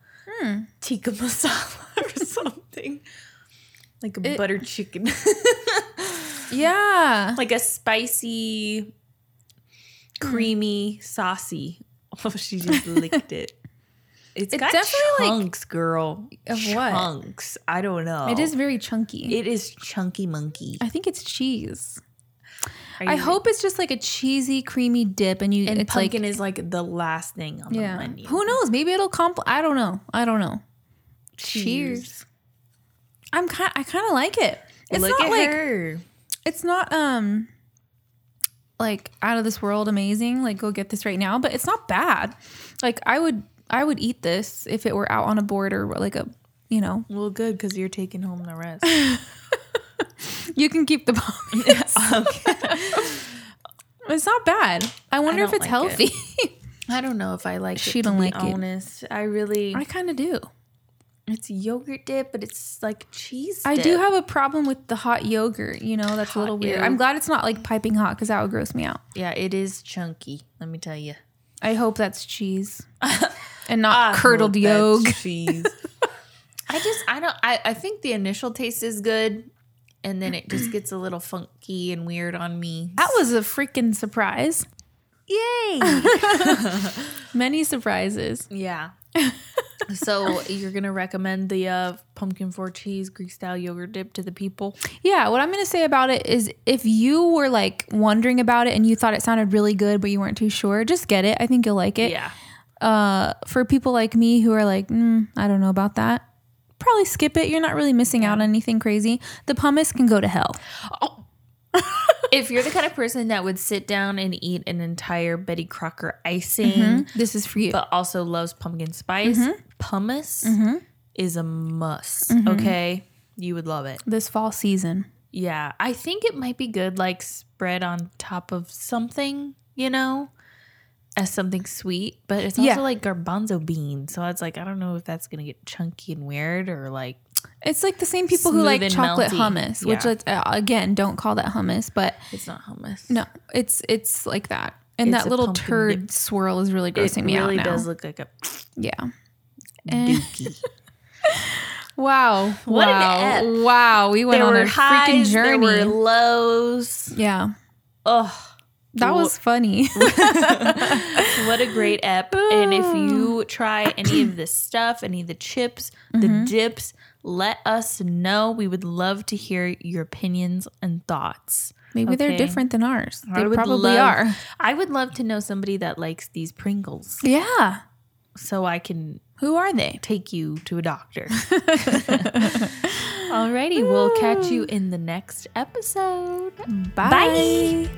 Speaker 1: tikka
Speaker 2: [laughs]
Speaker 1: masala or something. Like a
Speaker 2: It-
Speaker 1: butter
Speaker 2: [laughs]
Speaker 1: chicken.
Speaker 2: yeah.
Speaker 1: [laughs] like a
Speaker 2: Hmm.
Speaker 1: spicy, creamy, saucy. [laughs] Oh, she
Speaker 2: [laughs]
Speaker 1: just licked it. It's
Speaker 2: It
Speaker 1: got
Speaker 2: definitely, like-
Speaker 1: chunks, girl.
Speaker 2: Of what?
Speaker 1: chunks. I don't know.
Speaker 2: It is very chunky.
Speaker 1: Oh. It is chunky monkey.
Speaker 2: I think it's cheese.
Speaker 1: Are
Speaker 2: I
Speaker 1: you-
Speaker 2: hope it's just like a cheesy, creamy dip, and you
Speaker 1: And
Speaker 2: it's
Speaker 1: pumpkin
Speaker 2: like
Speaker 1: is like the last thing on
Speaker 2: yeah.
Speaker 1: the menu.
Speaker 2: Who knows? Maybe it'll compl. I don't know. I don't know.
Speaker 1: Cheers.
Speaker 2: I'm kind. I kind of like it. It's
Speaker 1: Look
Speaker 2: not
Speaker 1: at
Speaker 2: like
Speaker 1: her.
Speaker 2: it's not um like out of this world amazing. Like go get this right now, but it's not bad. Like I would I would eat this if it were out on a board or like a you know
Speaker 1: Well, good because you're taking home the
Speaker 2: [laughs]
Speaker 1: rest.
Speaker 2: you can keep the [laughs] bomb.
Speaker 1: [laughs] okay.
Speaker 2: it's not bad. I wonder if
Speaker 1: don't like
Speaker 2: it's healthy.
Speaker 1: I don't know if I like
Speaker 2: She
Speaker 1: it.
Speaker 2: don't
Speaker 1: to
Speaker 2: like it.
Speaker 1: be honest. [laughs] I really.
Speaker 2: I kind of do.
Speaker 1: It's yogurt dip, but it's like cheese.
Speaker 2: I do
Speaker 1: dip.
Speaker 2: have a problem with the hot yogurt. You know that's a little weird.
Speaker 1: yogurt.
Speaker 2: I'm glad it's not like piping hot because that would gross me out.
Speaker 1: Yeah, it is chunky. Let me tell you.
Speaker 2: I hope
Speaker 1: [laughs]
Speaker 2: that's cheese and not curdled yolk. [laughs]
Speaker 1: cheese. [laughs] I just I don't I, I think the initial taste is good, and then it just gets a little funky and weird on me.
Speaker 2: That was a freaking surprise.
Speaker 1: Yay!
Speaker 2: Many surprises.
Speaker 1: [laughs]
Speaker 2: [laughs]
Speaker 1: yeah. so you're gonna recommend the uh, pumpkin four cheese Greek style yogurt dip to the people?
Speaker 2: Yeah, what I'm going to say about it is if you were like wondering about it and you thought it sounded really good but you weren't too sure, just get it. I think you'll like it.
Speaker 1: Yeah.
Speaker 2: Uh, for people like me who are like, mm, I don't know about that, probably skip it. You're not really missing out on anything crazy. The pumice can go to hell.
Speaker 1: if you're the kind of person that would sit down and eat an entire Betty Crocker icing,
Speaker 2: This is for you.
Speaker 1: Hmm? but also loves pumpkin spice,
Speaker 2: Mm-hmm.
Speaker 1: pumice is a must. Okay. You would love it.
Speaker 2: this fall season.
Speaker 1: Yeah. I think it might be good, like spread on top of something, you know, as something sweet, but it's also
Speaker 2: Yeah.
Speaker 1: like garbanzo beans. So it's like, I don't know if that's going to get chunky and weird or like,
Speaker 2: It's like the same people
Speaker 1: Smooth
Speaker 2: who like
Speaker 1: and
Speaker 2: chocolate
Speaker 1: melty.
Speaker 2: hummus, which
Speaker 1: Yeah.
Speaker 2: is, uh, again, don't call that hummus, but
Speaker 1: it's not hummus.
Speaker 2: no, it's it's like that. And
Speaker 1: It's
Speaker 2: that
Speaker 1: a
Speaker 2: little
Speaker 1: pumpkin
Speaker 2: turd swirl is really
Speaker 1: It
Speaker 2: grossing me
Speaker 1: really
Speaker 2: out now.
Speaker 1: does look like a
Speaker 2: yeah. Eh. And-
Speaker 1: dookie.
Speaker 2: Wow.
Speaker 1: What an
Speaker 2: wow.
Speaker 1: ep.
Speaker 2: Wow. We went
Speaker 1: there
Speaker 2: on a
Speaker 1: were highs,
Speaker 2: freaking journey.
Speaker 1: there were lows.
Speaker 2: yeah.
Speaker 1: Ugh.
Speaker 2: That
Speaker 1: Well-
Speaker 2: was funny.
Speaker 1: [laughs]
Speaker 2: [laughs]
Speaker 1: What a great ep. and if you try any of this stuff, any of the chips, the
Speaker 2: Mm-hmm.
Speaker 1: dips, let us know. We would love to hear your opinions and thoughts.
Speaker 2: Maybe
Speaker 1: Okay.
Speaker 2: they're different than ours. They
Speaker 1: I would
Speaker 2: probably
Speaker 1: love-
Speaker 2: are.
Speaker 1: I would love to know somebody that likes these Pringles [laughs]
Speaker 2: Yeah. [laughs]
Speaker 1: so I can
Speaker 2: Who are they?
Speaker 1: take you to a
Speaker 2: [laughs]
Speaker 1: doctor. [laughs]
Speaker 2: [laughs]
Speaker 1: Alrighty, we'll catch you in the next episode.
Speaker 2: Bye.